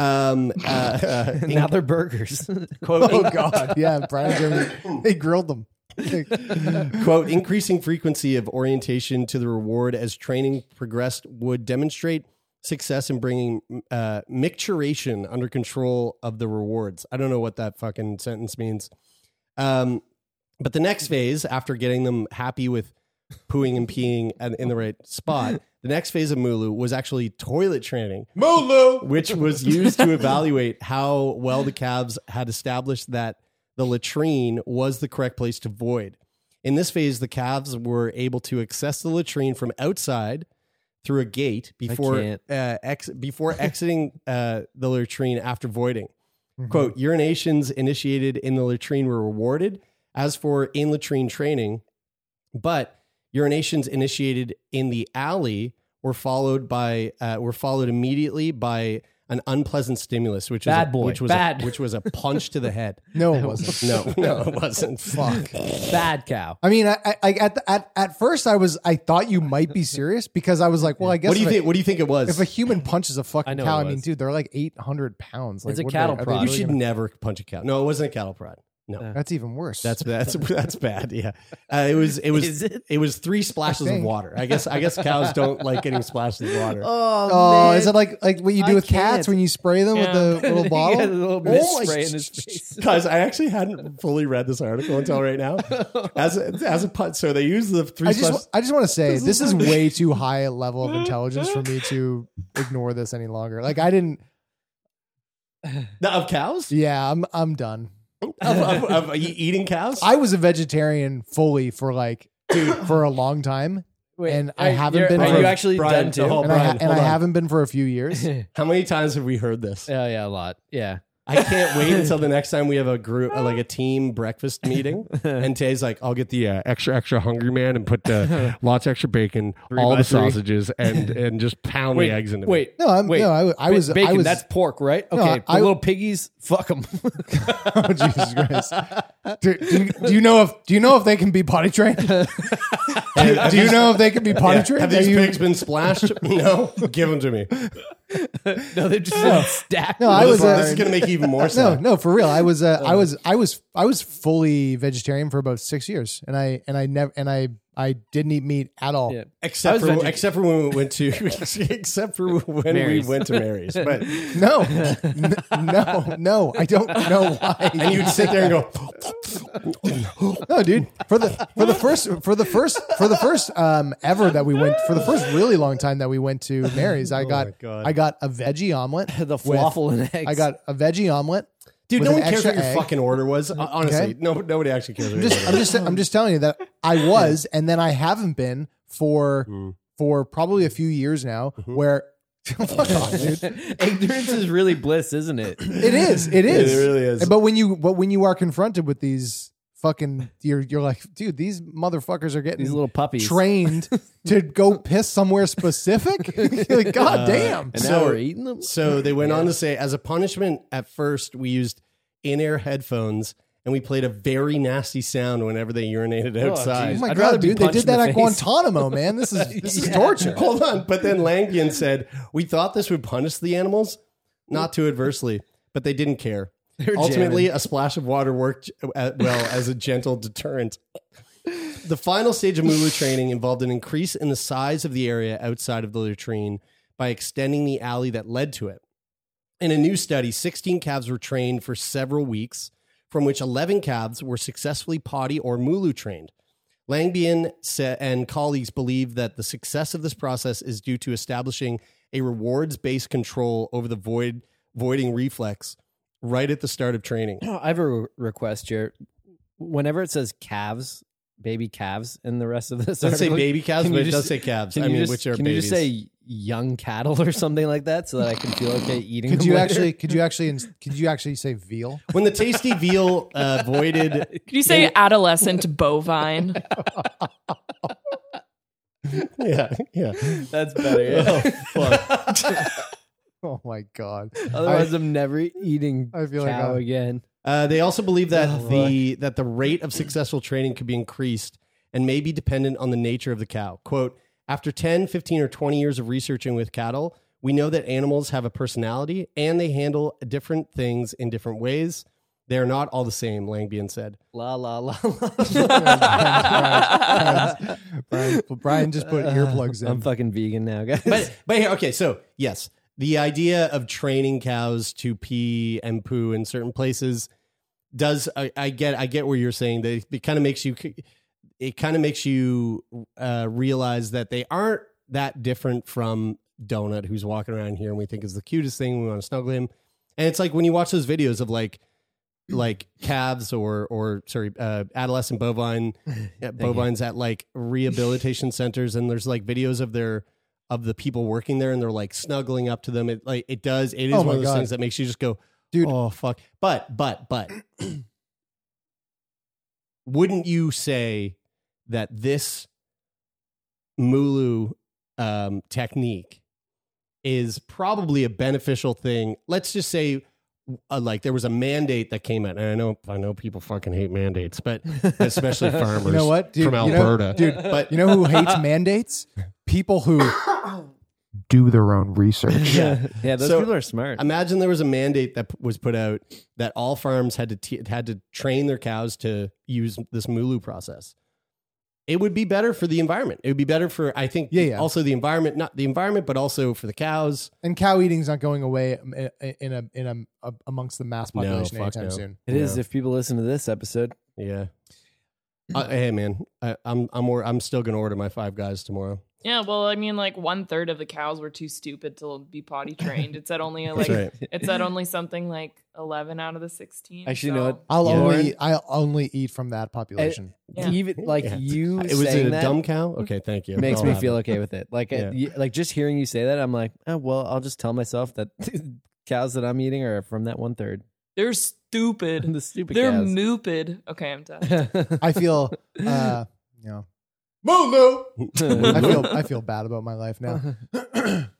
Um, uh, uh, in- now they're burgers. quote, in- Oh God! Yeah, Brian Jeremy, they grilled them. quote, increasing frequency of orientation to the reward as training progressed would demonstrate success in bringing uh, micturation under control of the rewards. I don't know what that fucking sentence means. Um, but the next phase, after getting them happy with pooing and peeing and in the right spot, the next phase of Mulu was actually toilet training. Mulu! Which was used to evaluate how well the calves had established that the latrine was the correct place to void. In this phase, the calves were able to access the latrine from outside through a gate before can't. uh, ex- before exiting uh, the latrine after voiding. Quote, urinations initiated in the latrine were rewarded. As for in latrine training, but urinations initiated in the alley were followed by uh, were followed immediately by an unpleasant stimulus, which is Bad a, boy. which was Bad. A, which was a punch to the head. No, it No, wasn't. no, it wasn't. Fuck. Bad cow. I mean, I, I, I at, the, at at first I was I thought you might be serious because I was like, well, I guess What do you if think? What do you think it A, if was? a human punches a fucking I know cow, it I mean, was. dude, they're like eight hundred pounds. Like It's a what cattle are they, are they prod. You really should gonna- never punch a cow. No, it wasn't a cattle prod. No, that's even worse. that's that's that's bad. Yeah, uh, it was it was Is it? it? was three splashes of think. water. I guess I guess cows don't like getting splashes of water. oh, is it like like what you do I with cats can't. when you spray them Yeah. with the little bottle? He got a little Oh mist my- spray in his face. Guys, I actually hadn't fully read this article until right now. As a, as a put, so they use the three. I just splashes- wa- I just want to say this is way too high a level of intelligence for me to ignore this any longer. Like I didn't. No, of cows Oh, Yeah, I'm I'm done. of, of, of e- eating cows. I was a vegetarian fully for like for a long time. Wait, and I are- haven't you're- been. are for you a- actually Brian, done too? hold- And, I, ha- Brian, and I hold on. haven't been for a few years. How many times have we heard this? Yeah, yeah, a lot. Yeah. I can't wait until the next time we have a group, uh, like a team breakfast meeting, and Tay's like, "I'll get the uh, extra extra hungry man and put the lots of extra bacon, Three all by the three. sausages, and and just pound Wait, the eggs into wait, it." No, I'm- wait, no, I- I ba- was- I bacon. was- that's pork, right? No, Okay, the I- little piggies, fuck them. oh Jesus Christ! Do, do you, do you know if do you know if they can be potty trained? do, do you know if they can be potty trained? Have Are these you- pigs been splashed? no, give them to me. no, they're just like, stacked. No, I This- was. uh, this is gonna make you even more Uh-huh. No, sad. no, for real. I was. Uh, I was. I was. I was fully vegetarian for about six years, and I and I never and I I didn't eat meat at all. Yeah. I Except was for veggie- except for when we went to except for when Mary's. we went to Mary's, but No, N- no, no. I don't know why. and you'd sit there and go, No, dude. For the for the first for the first for the first um ever that we went for the first really long time that we went to Mary's, I got Oh God. I got a veggie omelet. The with- falafel and eggs. I got a veggie omelet. dude, with no an one cares extra what your egg. fucking order was. Hon- Honestly, Okay. no, nobody actually cares. I'm What your just order I'm was. just I'm just telling you that I was, and then I haven't been for Mm. for probably a few years now. Mm-hmm. Where fuck off, dude. Ignorance is really bliss, isn't it? It is. It is. It really is. But when you but when you are confronted with these fucking you're you're like, dude, these motherfuckers are getting These little puppies. trained to go piss somewhere specific. You're like, God Uh, damn. Oh and now So- we're eating them. So they went on to say, as a punishment, at first we used in-air headphones and we played a very nasty sound whenever they urinated Oh outside. my I'd rather god, be dude! They punched did in that the at face. Guantanamo, man. This is this is torture. Hold on, but then Langian said, "We thought this would punish the animals, not too adversely, but they didn't care." Ultimately, a splash of water worked uh, well as a gentle deterrent. The final stage of Mulu training involved an increase in the size of the area outside of the latrine by extending the alley that led to it. In a new study, 16 calves were trained for several weeks, from which 11 calves were successfully potty or Mulu trained. Langbian sa- and colleagues believe that the success of this process is due to establishing a rewards-based control over the void voiding reflex right at the start of training. I have a re- request here. Whenever it says calves, baby calves, and the rest of this, It doesn't say article, baby calves, can but you it just- does say calves. can I you mean, just- which are can babies. you just say young cattle or something like that, so that I can feel okay eating? Could them you later? actually? Could you actually? ins- Could you actually say veal? when the tasty veal uh, voided, Could you say adolescent bovine? yeah, yeah. That's better. Oh, yeah. fuck. Oh my god! Otherwise, I, am never eating I feel like cow I- again. Uh, they also believe that Oh, the that the rate of successful training could be increased and may be dependent on the nature of the cow. Quote, after 10, 15, or 20 years of researching with cattle, we know that animals have a personality and they handle different things in different ways. They are not all the same, Langbian said. La la la la. Brian, Brian just put earplugs in. I'm fucking vegan now, guys. But but here, okay, so yes, the idea of training cows to pee and poo in certain places does I, I get I get where you're saying that it kind of makes you it kind of makes you uh, realize that they aren't that different from Donut, who's walking around here and we think is the cutest thing. We want to snuggle him, and it's like when you watch those videos of like like calves or or sorry uh, adolescent bovine uh, bovines at like rehabilitation centers, and there's like videos of their of the people working there, and they're like snuggling up to them. It like it does. It is Oh one my of those God. things that makes you just go, Dude. Oh fuck! But but but wouldn't you say that this Mulu um, technique is probably a beneficial thing? Let's just say, uh, like, there was a mandate that came out, and I know I know people fucking hate mandates, but especially farmers. You know what, dude? From You know- Alberta, dude. But You know who hates mandates? People who do their own research. yeah, yeah, those So, people are smart. imagine there was a mandate that p- was put out that all farms had to t- had to train their cows to use this mulu process. It would be better for the environment. It would be better for I think Yeah, yeah. also the environment, not the environment, but also for the cows. And cow eating's not going away um, i- i- in a in a, a amongst the mass No, population fuck anytime no. soon. It is if people listen to this episode. Yeah. Uh, hey man, I, I'm I'm or, I'm still gonna order my five guys tomorrow. Yeah, well, I mean, like one third of the cows were too stupid to be potty trained. It's at only like That's right. it's at only something like eleven out of the sixteen. Actually, so. you know what? I'll Yeah. only Lauren- I'll only eat from that population. Uh, Even like Yeah. you, It was saying a that dumb cow? Okay, thank you. Makes Go me on. feel okay with it. Like, uh, Yeah. you- like just hearing you say that, I'm like, oh, well, I'll just tell myself that cows that I'm eating are from that one third. They're stupid. the stupid They're cows. moopid. Okay, I'm done. I feel, uh, you know, Mooloo. I feel I feel bad about my life Uh-huh. now. Do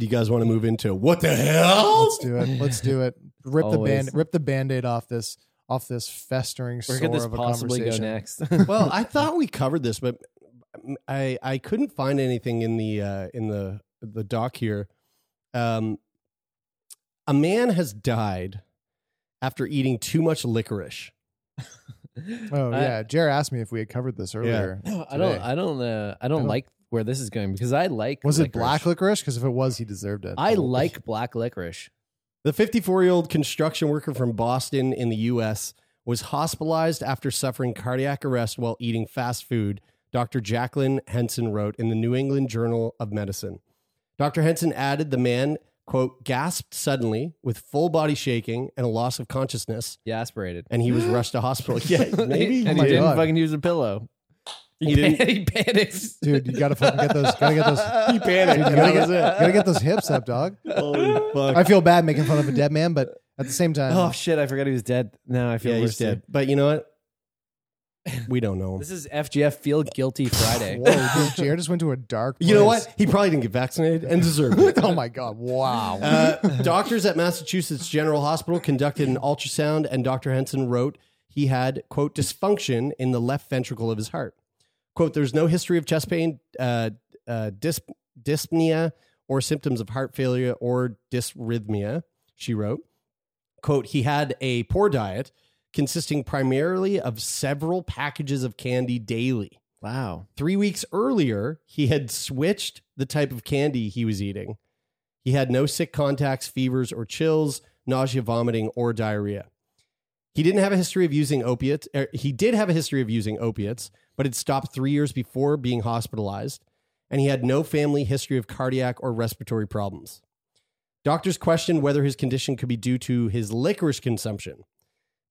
you guys want to move into what the hell? Let's do it. Let's do it. Rip the Always. band rip the band-aid off this off this festering Where sore could this of a possibly go conversation. next? well, I thought we covered this, but I I couldn't find anything in the uh, in the the doc here. Um, a man has died after eating too much licorice. Oh I- yeah, Jer asked me if we had covered this earlier. No, I today. don't. I don't. Uh, I don't don't- like where this is going because I like. Was it licorice. Oh, black licorice? Because if it was, he deserved it. Oh, I like black licorice. The 54 year old construction worker from Boston in the U.S. was hospitalized after suffering cardiac arrest while eating fast food, Dr. Jacqueline Henson wrote in the New England Journal of Medicine. Dr. Henson added the man, quote, gasped suddenly with full body shaking and a loss of consciousness, Yeah, aspirated. and he was rushed to hospital. Yeah, maybe. and my he didn't God. fucking use a pillow. He didn't- he panics. dude. You gotta fucking get those. Gotta get those. He panicked. You and gotta that get, was gotta get those hips up, dog. it. Holy fuck. I feel bad making fun of a dead man, but at the same time, Oh shit! I forgot he was dead. Now I feel yeah, he's worse. dead. But you know what? We don't know him. This is FGF Feel Guilty Friday. whoa, dude, Jer just went to a dark. Place. You know what? He probably didn't get vaccinated and deserved it. oh my god! Wow. Uh, doctors at Massachusetts General Hospital conducted an ultrasound, and Dr. Henson wrote he had, quote, dysfunction in the left ventricle of his heart. Quote, there's no history of chest pain, uh, uh, dysp- dyspnea, or symptoms of heart failure or dysrhythmia, she wrote. Quote, he had a poor diet consisting primarily of several packages of candy daily. Wow. Three weeks earlier, he had switched the type of candy he was eating. He had no sick contacts, fevers, or chills, nausea, vomiting, or diarrhea. He didn't have a history of using opiates. er, he did have a history of using opiates, but had stopped three years before being hospitalized. And he had no family history of cardiac or respiratory problems. Doctors questioned whether his condition could be due to his licorice consumption.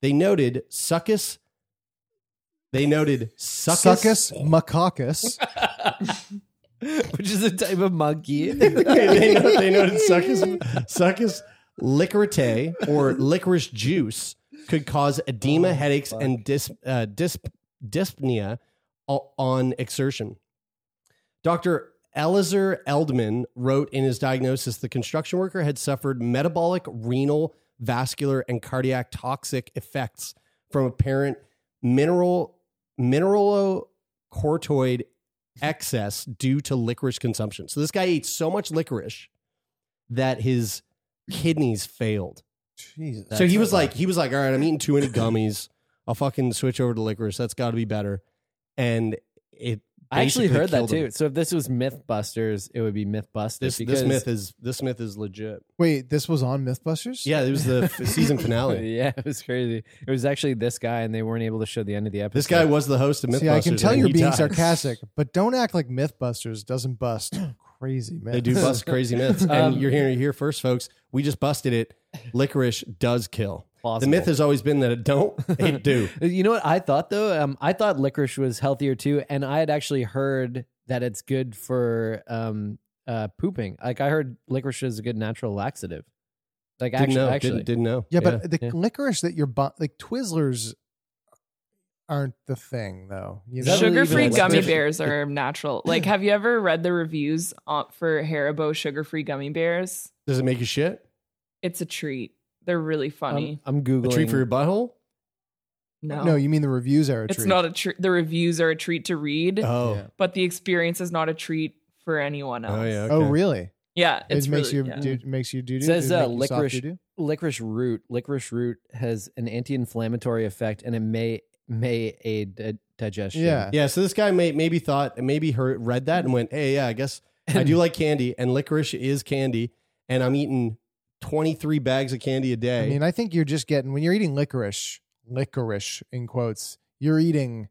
They noted succus. They noted Succus macacus. Which is a type of monkey. they, know, they noted succus, succus licorite or licorice juice could cause edema, headaches, and dys, uh, dysp, dyspnea o- on exertion. Dr. Elizer Eldman wrote in his diagnosis the construction worker had suffered metabolic, renal, vascular, and cardiac toxic effects from apparent mineral mineralocortoid excess due to licorice consumption. So this guy ate so much licorice that his kidneys failed. Jesus. so he was like, he was like, all right, I'm eating too many gummies. I'll fucking switch over to licorice. That's got to be better. And it, I actually basically heard that killed him. too. So if this was Mythbusters, it would be Mythbusters. This because- this myth is this myth is legit. Wait, this was on MythBusters. Yeah, it was the f- season finale. yeah, it was crazy. It was actually this guy, and they weren't able to show the end of the episode. This guy was the host of MythBusters. See, I can tell and you're he being died. sarcastic, but don't act like MythBusters doesn't bust crazy myths. They do bust crazy myths, Um, and you're hearing it here first, folks. We just busted it. Licorice does kill. Plausible. The myth has always been that it don't, it do. Uh, You know what I thought though? Um, I thought licorice was healthier too, and I had actually heard that it's good for um uh pooping. Like I heard licorice is a good natural laxative. Like Didn't actu- know. actually, Didn't, didn't know. Yeah, but the yeah. licorice that you're bu- like Twizzlers aren't the thing though. You Is that really even Sugar-free like- gummy Different- bears are natural. Like, have you ever read the reviews on, for Haribo sugar-free gummy bears? Does it make you shit? It's a treat. They're really Um, funny. I'm, I'm A googling. treat for your butthole? no, No, you mean the reviews are a it's treat. Uh-huh. not a treat. The reviews are a treat to read, Oh, Yeah. but the experience is not a treat for anyone else. oh yeah. Oh, okay. really? Yeah, it's it makes really- you yeah. do, makes you do do. says does it uh, make you soft licorice doo-doo? licorice root licorice root has an anti-inflammatory effect and it may may aid di- digestion. Yeah. Yeah. So this guy may, maybe thought, maybe heard, read that and went, "Hey, yeah, I guess I do like candy, and licorice is candy, and I'm eating 23 bags of candy a day." I mean, I think you're just getting when you're eating licorice, licorice in quotes, you're eating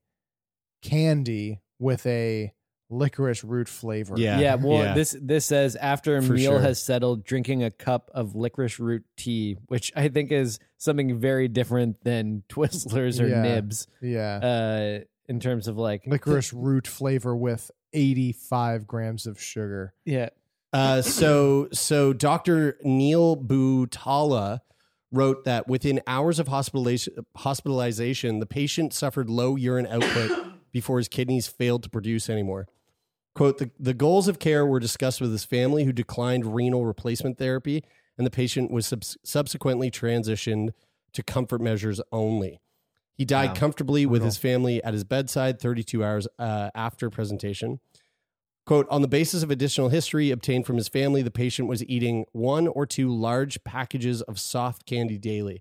candy with a licorice root flavor. yeah. Well, this this says after For meal sure. has settled, drinking a cup of licorice root tea, which I think is something very different than Twizzlers or Yeah. nibs. Yeah. Uh, in terms of like licorice root flavor with 85 grams of sugar. Yeah. Uh, so so Dr. Neil Butala wrote that within hours of hospitalization, hospitalization, the patient suffered low urine output before his kidneys failed to produce anymore. Quote, the, the goals of care were discussed with his family who declined renal replacement therapy, and the patient was subs- subsequently transitioned to comfort measures only. He died Wow. comfortably with Brutal. his family at his bedside 32 hours uh, after presentation. Quote, on the basis of additional history obtained from his family, the patient was eating one or two large packages of soft candy daily.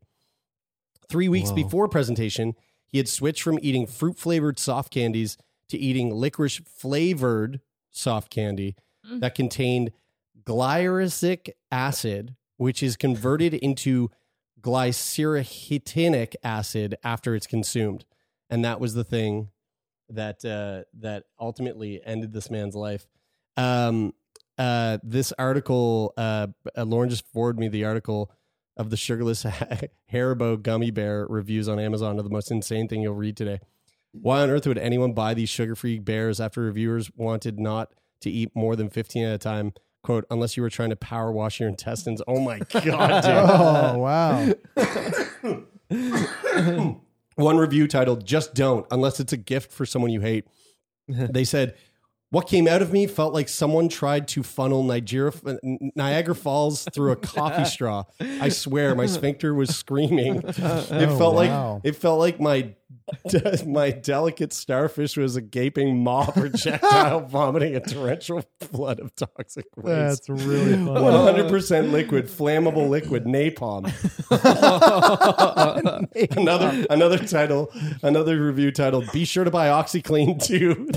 Three weeks Whoa. before presentation, he had switched from eating fruit flavored soft candies to eating licorice flavored soft candy Mm. that contained glyceric acid, which is converted into glycerahitinic acid after it's consumed. And that was the thing that uh, that ultimately ended this man's life. Um, uh, this article, uh, uh, Lauren just forwarded me the article of the sugarless Haribo gummy bear reviews on Amazon are the most insane thing you'll read today. Why on earth would anyone buy these sugar-free bears after reviewers wanted not to eat more than 15 at a time? Quote, unless you were trying to power wash your intestines. Oh my God, dude. Oh, wow. One review titled Just Don't, unless it's a gift for someone you hate. they said, What came out of me felt like someone tried to funnel Niagara, Niagara Falls through a coffee straw. I swear, my sphincter was screaming. It Oh, felt wow. like it felt like my de- my delicate starfish was a gaping maw projectile vomiting a torrential flood of toxic waste. That's really funny. One hundred percent liquid, flammable liquid, napalm. another another title, another review titled "Be sure to buy OxyClean too."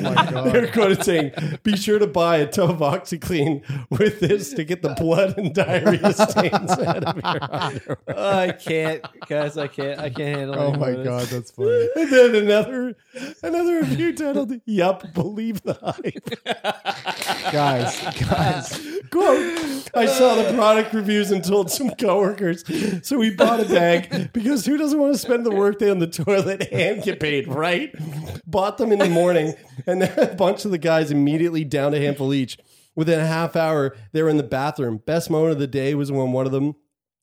my They're quoted saying, "Be sure to buy a tub of OxyClean with this to get the blood and diarrhea stains out of your underwear." Oh, I can't, guys. I can't. I can't handle. Oh my god, that's funny. And then another another review titled "Yup, believe the hype." Guys, guys. Quote, I saw the product reviews and told some coworkers, so we bought a bag because who doesn't want to spend the workday on the toilet and get paid, right? Bought them in the morning, and then a bunch of the guys immediately down a handful each. Within a half hour, they were in the bathroom. Best moment of the day was when one of them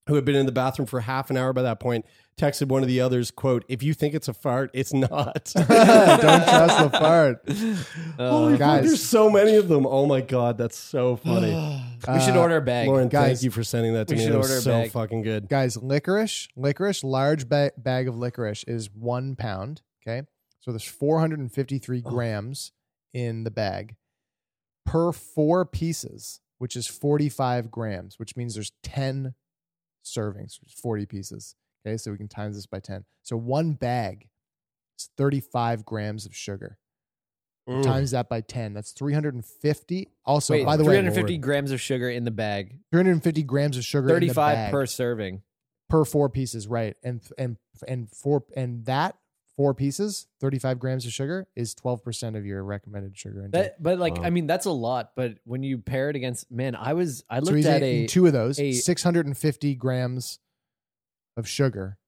who had been in the bathroom for half an hour by that point texted one of the others quote if you think it's a fart it's not don't trust the fart Holy fuck, Guys. there's so many of them oh my god that's so funny We Uh, should order a bag. lauren thank Guys, you for sending that to we me should that was order a so bag. fucking good Guys, licorice, licorice, large ba- bag of licorice is one pound. Okay. So there's 453 grams in the bag per four pieces, which is 45 grams, which means there's 10 servings, which is 40 pieces. Okay. So we can times this by 10. So one bag is 35 grams of sugar. Mm. Times that by 10. That's 350. Also, Wait, by the way, 350 grams of sugar in the bag. 350 grams of sugar. in the 35 bag per serving. per four pieces, right? And and and four and that four pieces, thirty five grams of sugar is twelve percent of your recommended sugar intake. That, but like, I mean, that's a lot. But when you pair it against, man, I was I so looked he's at eating a two of those, a- six hundred and fifty grams of sugar.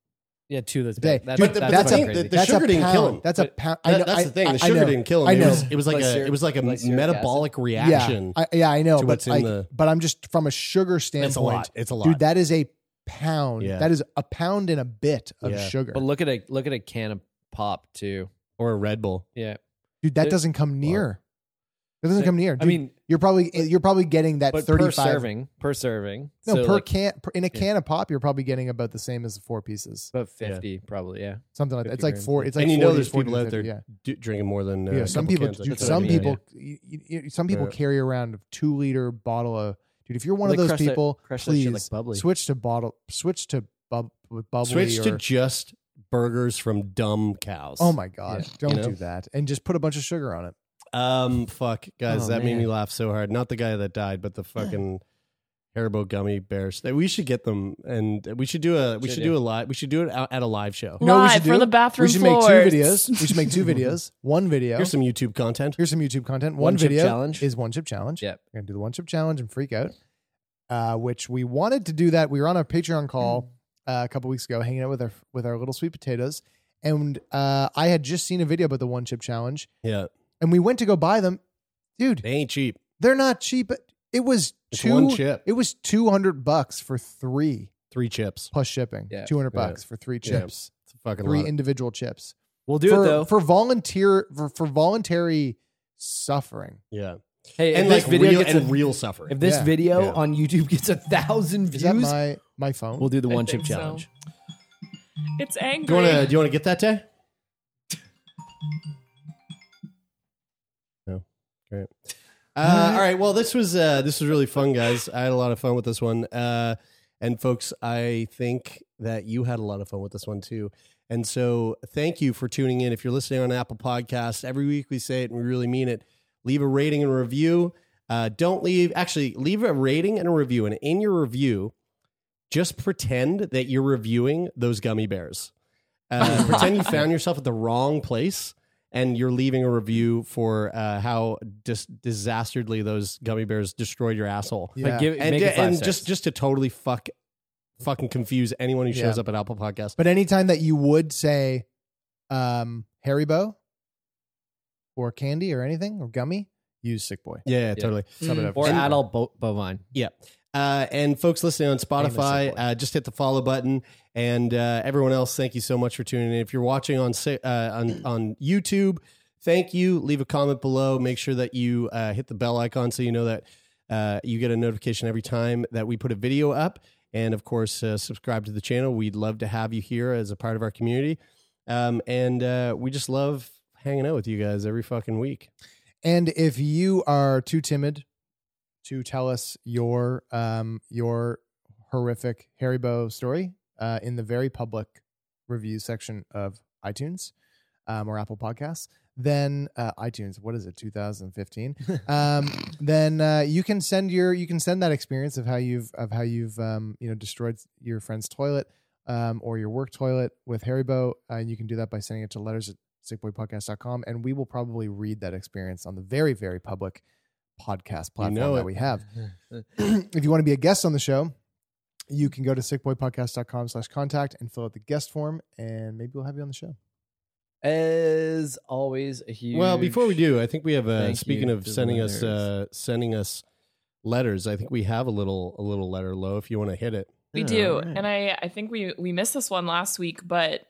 yeah, two of those. a Day. That's, Dude, that's, that's, the, that's fucking the, crazy. the That's a sugar didn't kill pound. him That's a But pound. I that- know, that's I- the thing the I sugar know. didn't kill him I It, know. was, it was like a Glyceric- it was like a glyceric metabolic reaction Yeah, I, yeah, I know. to But what's in I, the- but I'm just from a sugar standpoint. lot. It's a lot. dude. That is a pound. Yeah. That is a pound and a bit of Yeah. sugar, But look at a look at a can of pop too. or a red bull Yeah, dude. That Dude, doesn't come near. It doesn't I- come near. I Dude, mean, you're probably you're probably getting that but per 35 serving, per serving. No, So, per like, can per, in a yeah. can of pop, you're probably getting about the same as the four pieces, about fifty, probably. Yeah, something like that. It's 50 like four. grams. It's like and you 40, know there's 40, people out there 50, Yeah, d- drinking more than uh, yeah. a Some couple people, cans. dude, That's what I some mean. people, you- you- you- some people Yeah. carry around a two liter bottle of. Dude, if you're one They of those crush that- people, crush that shit please like bubbly. switch to bottle, switch to bub, with bubbly. switch to or- just burgers from dumb cows oh my god, don't You know? do that, and just put a bunch of sugar on it. Um, fuck, guys, Oh, that made me man. laugh so hard. Not the guy that died, but the fucking Haribo gummy bears. We should get them, and we should do a we Should should do. do a live we should do it out at a live show. No, we Live should do for the bathroom We should floors. make two videos. We should make two videos. One video. Here's some YouTube content. Here's some YouTube content. One, One chip video challenge. is one chip challenge. Yep. We're gonna do the one chip challenge and freak out. Uh, which we wanted to do that. We were on a Patreon Mm. call uh, a couple weeks ago, hanging out with our with our little sweet potatoes, and uh, I had just seen a video about the one chip challenge, Yeah, and we went to go buy them. Dude, they ain't cheap. They're not cheap. It was It's two. one chip. It was two hundred bucks for three Three chips. plus shipping. Yeah. two hundred Yeah. bucks for three Yeah. chips It's a fucking three lot. individual chips. We'll do for, it though. for volunteer for, for voluntary suffering. yeah, hey, and if this like video real gets a- and real suffering. if this Yeah. video Yeah. on YouTube gets a thousand Is that views, my my phone? we'll do the I one chip think so. challenge. It's Do you angry. want to? Do you want to get that day? No. Great. Uh, all right. Well, this was uh, this was really fun, guys. I had a lot of fun with this one, uh, and folks, I think that you had a lot of fun with this one too. And so, thank you for tuning in. If you're listening on Apple Podcasts, every week we say it and we really mean it. Leave a rating and review. Uh, don't leave. Actually, leave a rating and a review. And in your review, just pretend that you're reviewing those gummy bears. Uh, pretend you found yourself at the wrong place and you're leaving a review for uh, how dis- disastrously those gummy bears destroyed your asshole. Yeah. But give it, And, make it five and stars. just just to totally fuck fucking confuse anyone who shows Yeah. up at Apple Podcast. But anytime that you would say um Haribo or candy or anything or gummy, use sick boy. Yeah, yeah, Yeah. totally. Sum it up. or And- adult bo- bovine. Uh, and folks listening on Spotify, Famous boy. uh, just hit the follow button. And uh, everyone else, thank you so much for tuning in. If you're watching on si- uh, on, on YouTube, thank you. Leave a comment below. Make sure that you uh, hit the bell icon so you know that uh, you get a notification every time that we put a video up. And of course, uh, subscribe to the channel. We'd love to have you here as a part of our community. Um, and uh, we just love hanging out with you guys every fucking week. And if you are too timid to tell us your um your horrific Haribo story uh, in the very public review section of iTunes um, or Apple Podcasts, then uh, iTunes, what is it, 2015? um, then uh, you can send your you can send that experience of how you've of how you've um, you know destroyed your friend's toilet um, or your work toilet with Haribo, uh, and you can do that by sending it to letters at sickboypodcast.com, and we will probably read that experience on the very very public podcast You know platform it. that we have. if you want to be a guest on the show. You can go to sickboypodcast.com slash contact and fill out the guest form, and maybe we'll have you on the show. As always, a huge. Well, before we do, I think we have a Thank speaking you of to the sending us uh, letters. sending us letters. I think we have a little a little letter low if you want to hit it. We Yeah, do. Oh, Oh, all right. And I, I think we, we missed this one last week, but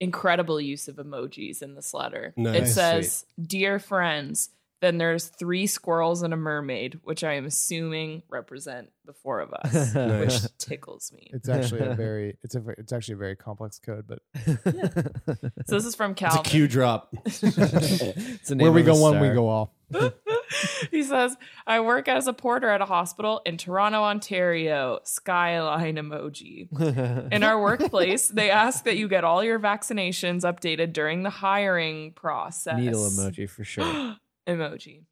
incredible use of emojis in this letter. It Nice. says, Dear friends, then there's three squirrels and a mermaid, which I am assuming represent the four of us, Nice. which tickles me. It's actually a very it's a ve- it's actually a very complex code, but So this is from It's Calvin. a cue drop. It's the name where we of a go one, we star. go all. he says, I work as a porter at a hospital in Toronto, Ontario. Skyline emoji. In our workplace, they ask that you get all your vaccinations updated during the hiring process. Needle emoji for sure. emoji.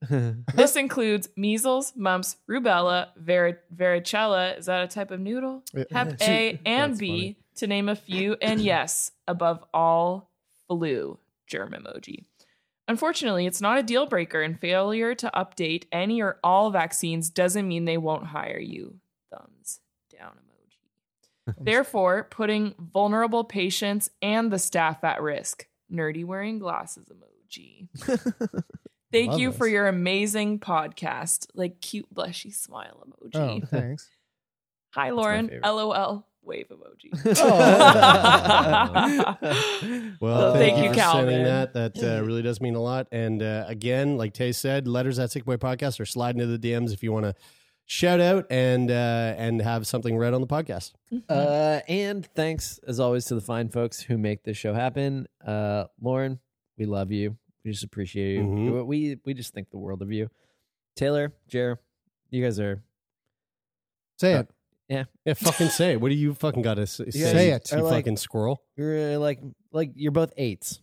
This includes measles, mumps, rubella, vari- varicella. Is that a type of noodle? Hep A and B, to name a few. And yes, above all, flu germ emoji. Unfortunately, it's not a deal breaker, and failure to update any or all vaccines doesn't mean they won't hire you. Thumbs down emoji. Therefore, putting vulnerable patients and the staff at risk. Nerdy wearing glasses emoji. Thank Love you for this. your amazing podcast. Like cute blushy smile Oh, emoji. thanks. Hi my Lauren. favorite. LOL wave emoji. Oh. Well, thank, you, for Calvin. sending that. That uh, really does mean a lot. And uh, again, like Tay said, letters at Sick Boy Podcast or slide into the DMs if you want to shout out and uh, and have something read on the podcast. Uh, and thanks as always to the fine folks who make this show happen. Uh, Lauren, we love you. We just appreciate you. Mhm. We we just think the world of you. Taylor, Jer, you guys are Say it. Uh, Yeah, fucking say it. What do you fucking got to say? Say it. You Or like- fucking squirrel. you're uh, like like you're both eights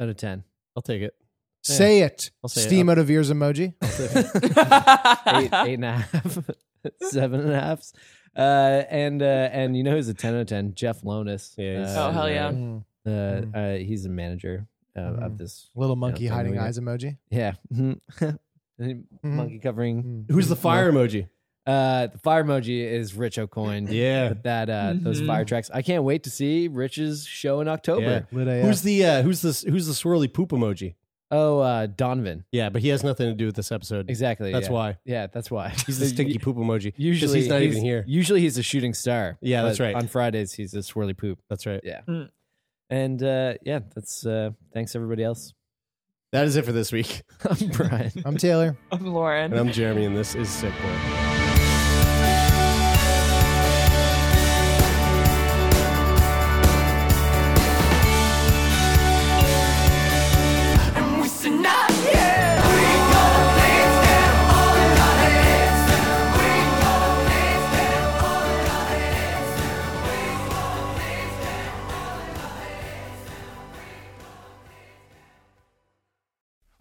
out of ten. I'll take it. Say it. I'll say it. Steam out of ears emoji. Oh. eight eight and a half. seven and a halfs. Uh, and uh, and you know who's a ten out of ten? Jeff Lonis. Yeah. he's- Oh, hell yeah. Mm. Uh, uh, he's a manager uh, of this Little you know, monkey thing hiding we got. eyes emoji. Yeah. Mhm. Mm-hmm. monkey covering. Who's the fire emoji? Uh, the fire emoji is Rich O'Coin. Yeah. With that uh, those Mm-hmm. Mhm. fire tracks. I can't wait to see Rich's show in October. Lit AF. Who's the uh, who's the who's the swirly poop emoji? Oh, uh, Donovan. Yeah, but he has nothing to do with this episode. Exactly. That's yeah. why. Yeah, that's why. He's the stinky poop emoji. 'Cause Usually he's not even here. Usually he's a shooting star. Yeah, that's but right. On Fridays he's a swirly poop. That's right. Yeah. Mm. And uh, yeah, that's uh, thanks everybody else. That is it for this week. I'm Brian. I'm Taylor. I'm Lauren. And I'm Jeremy, and this is Sick Boy.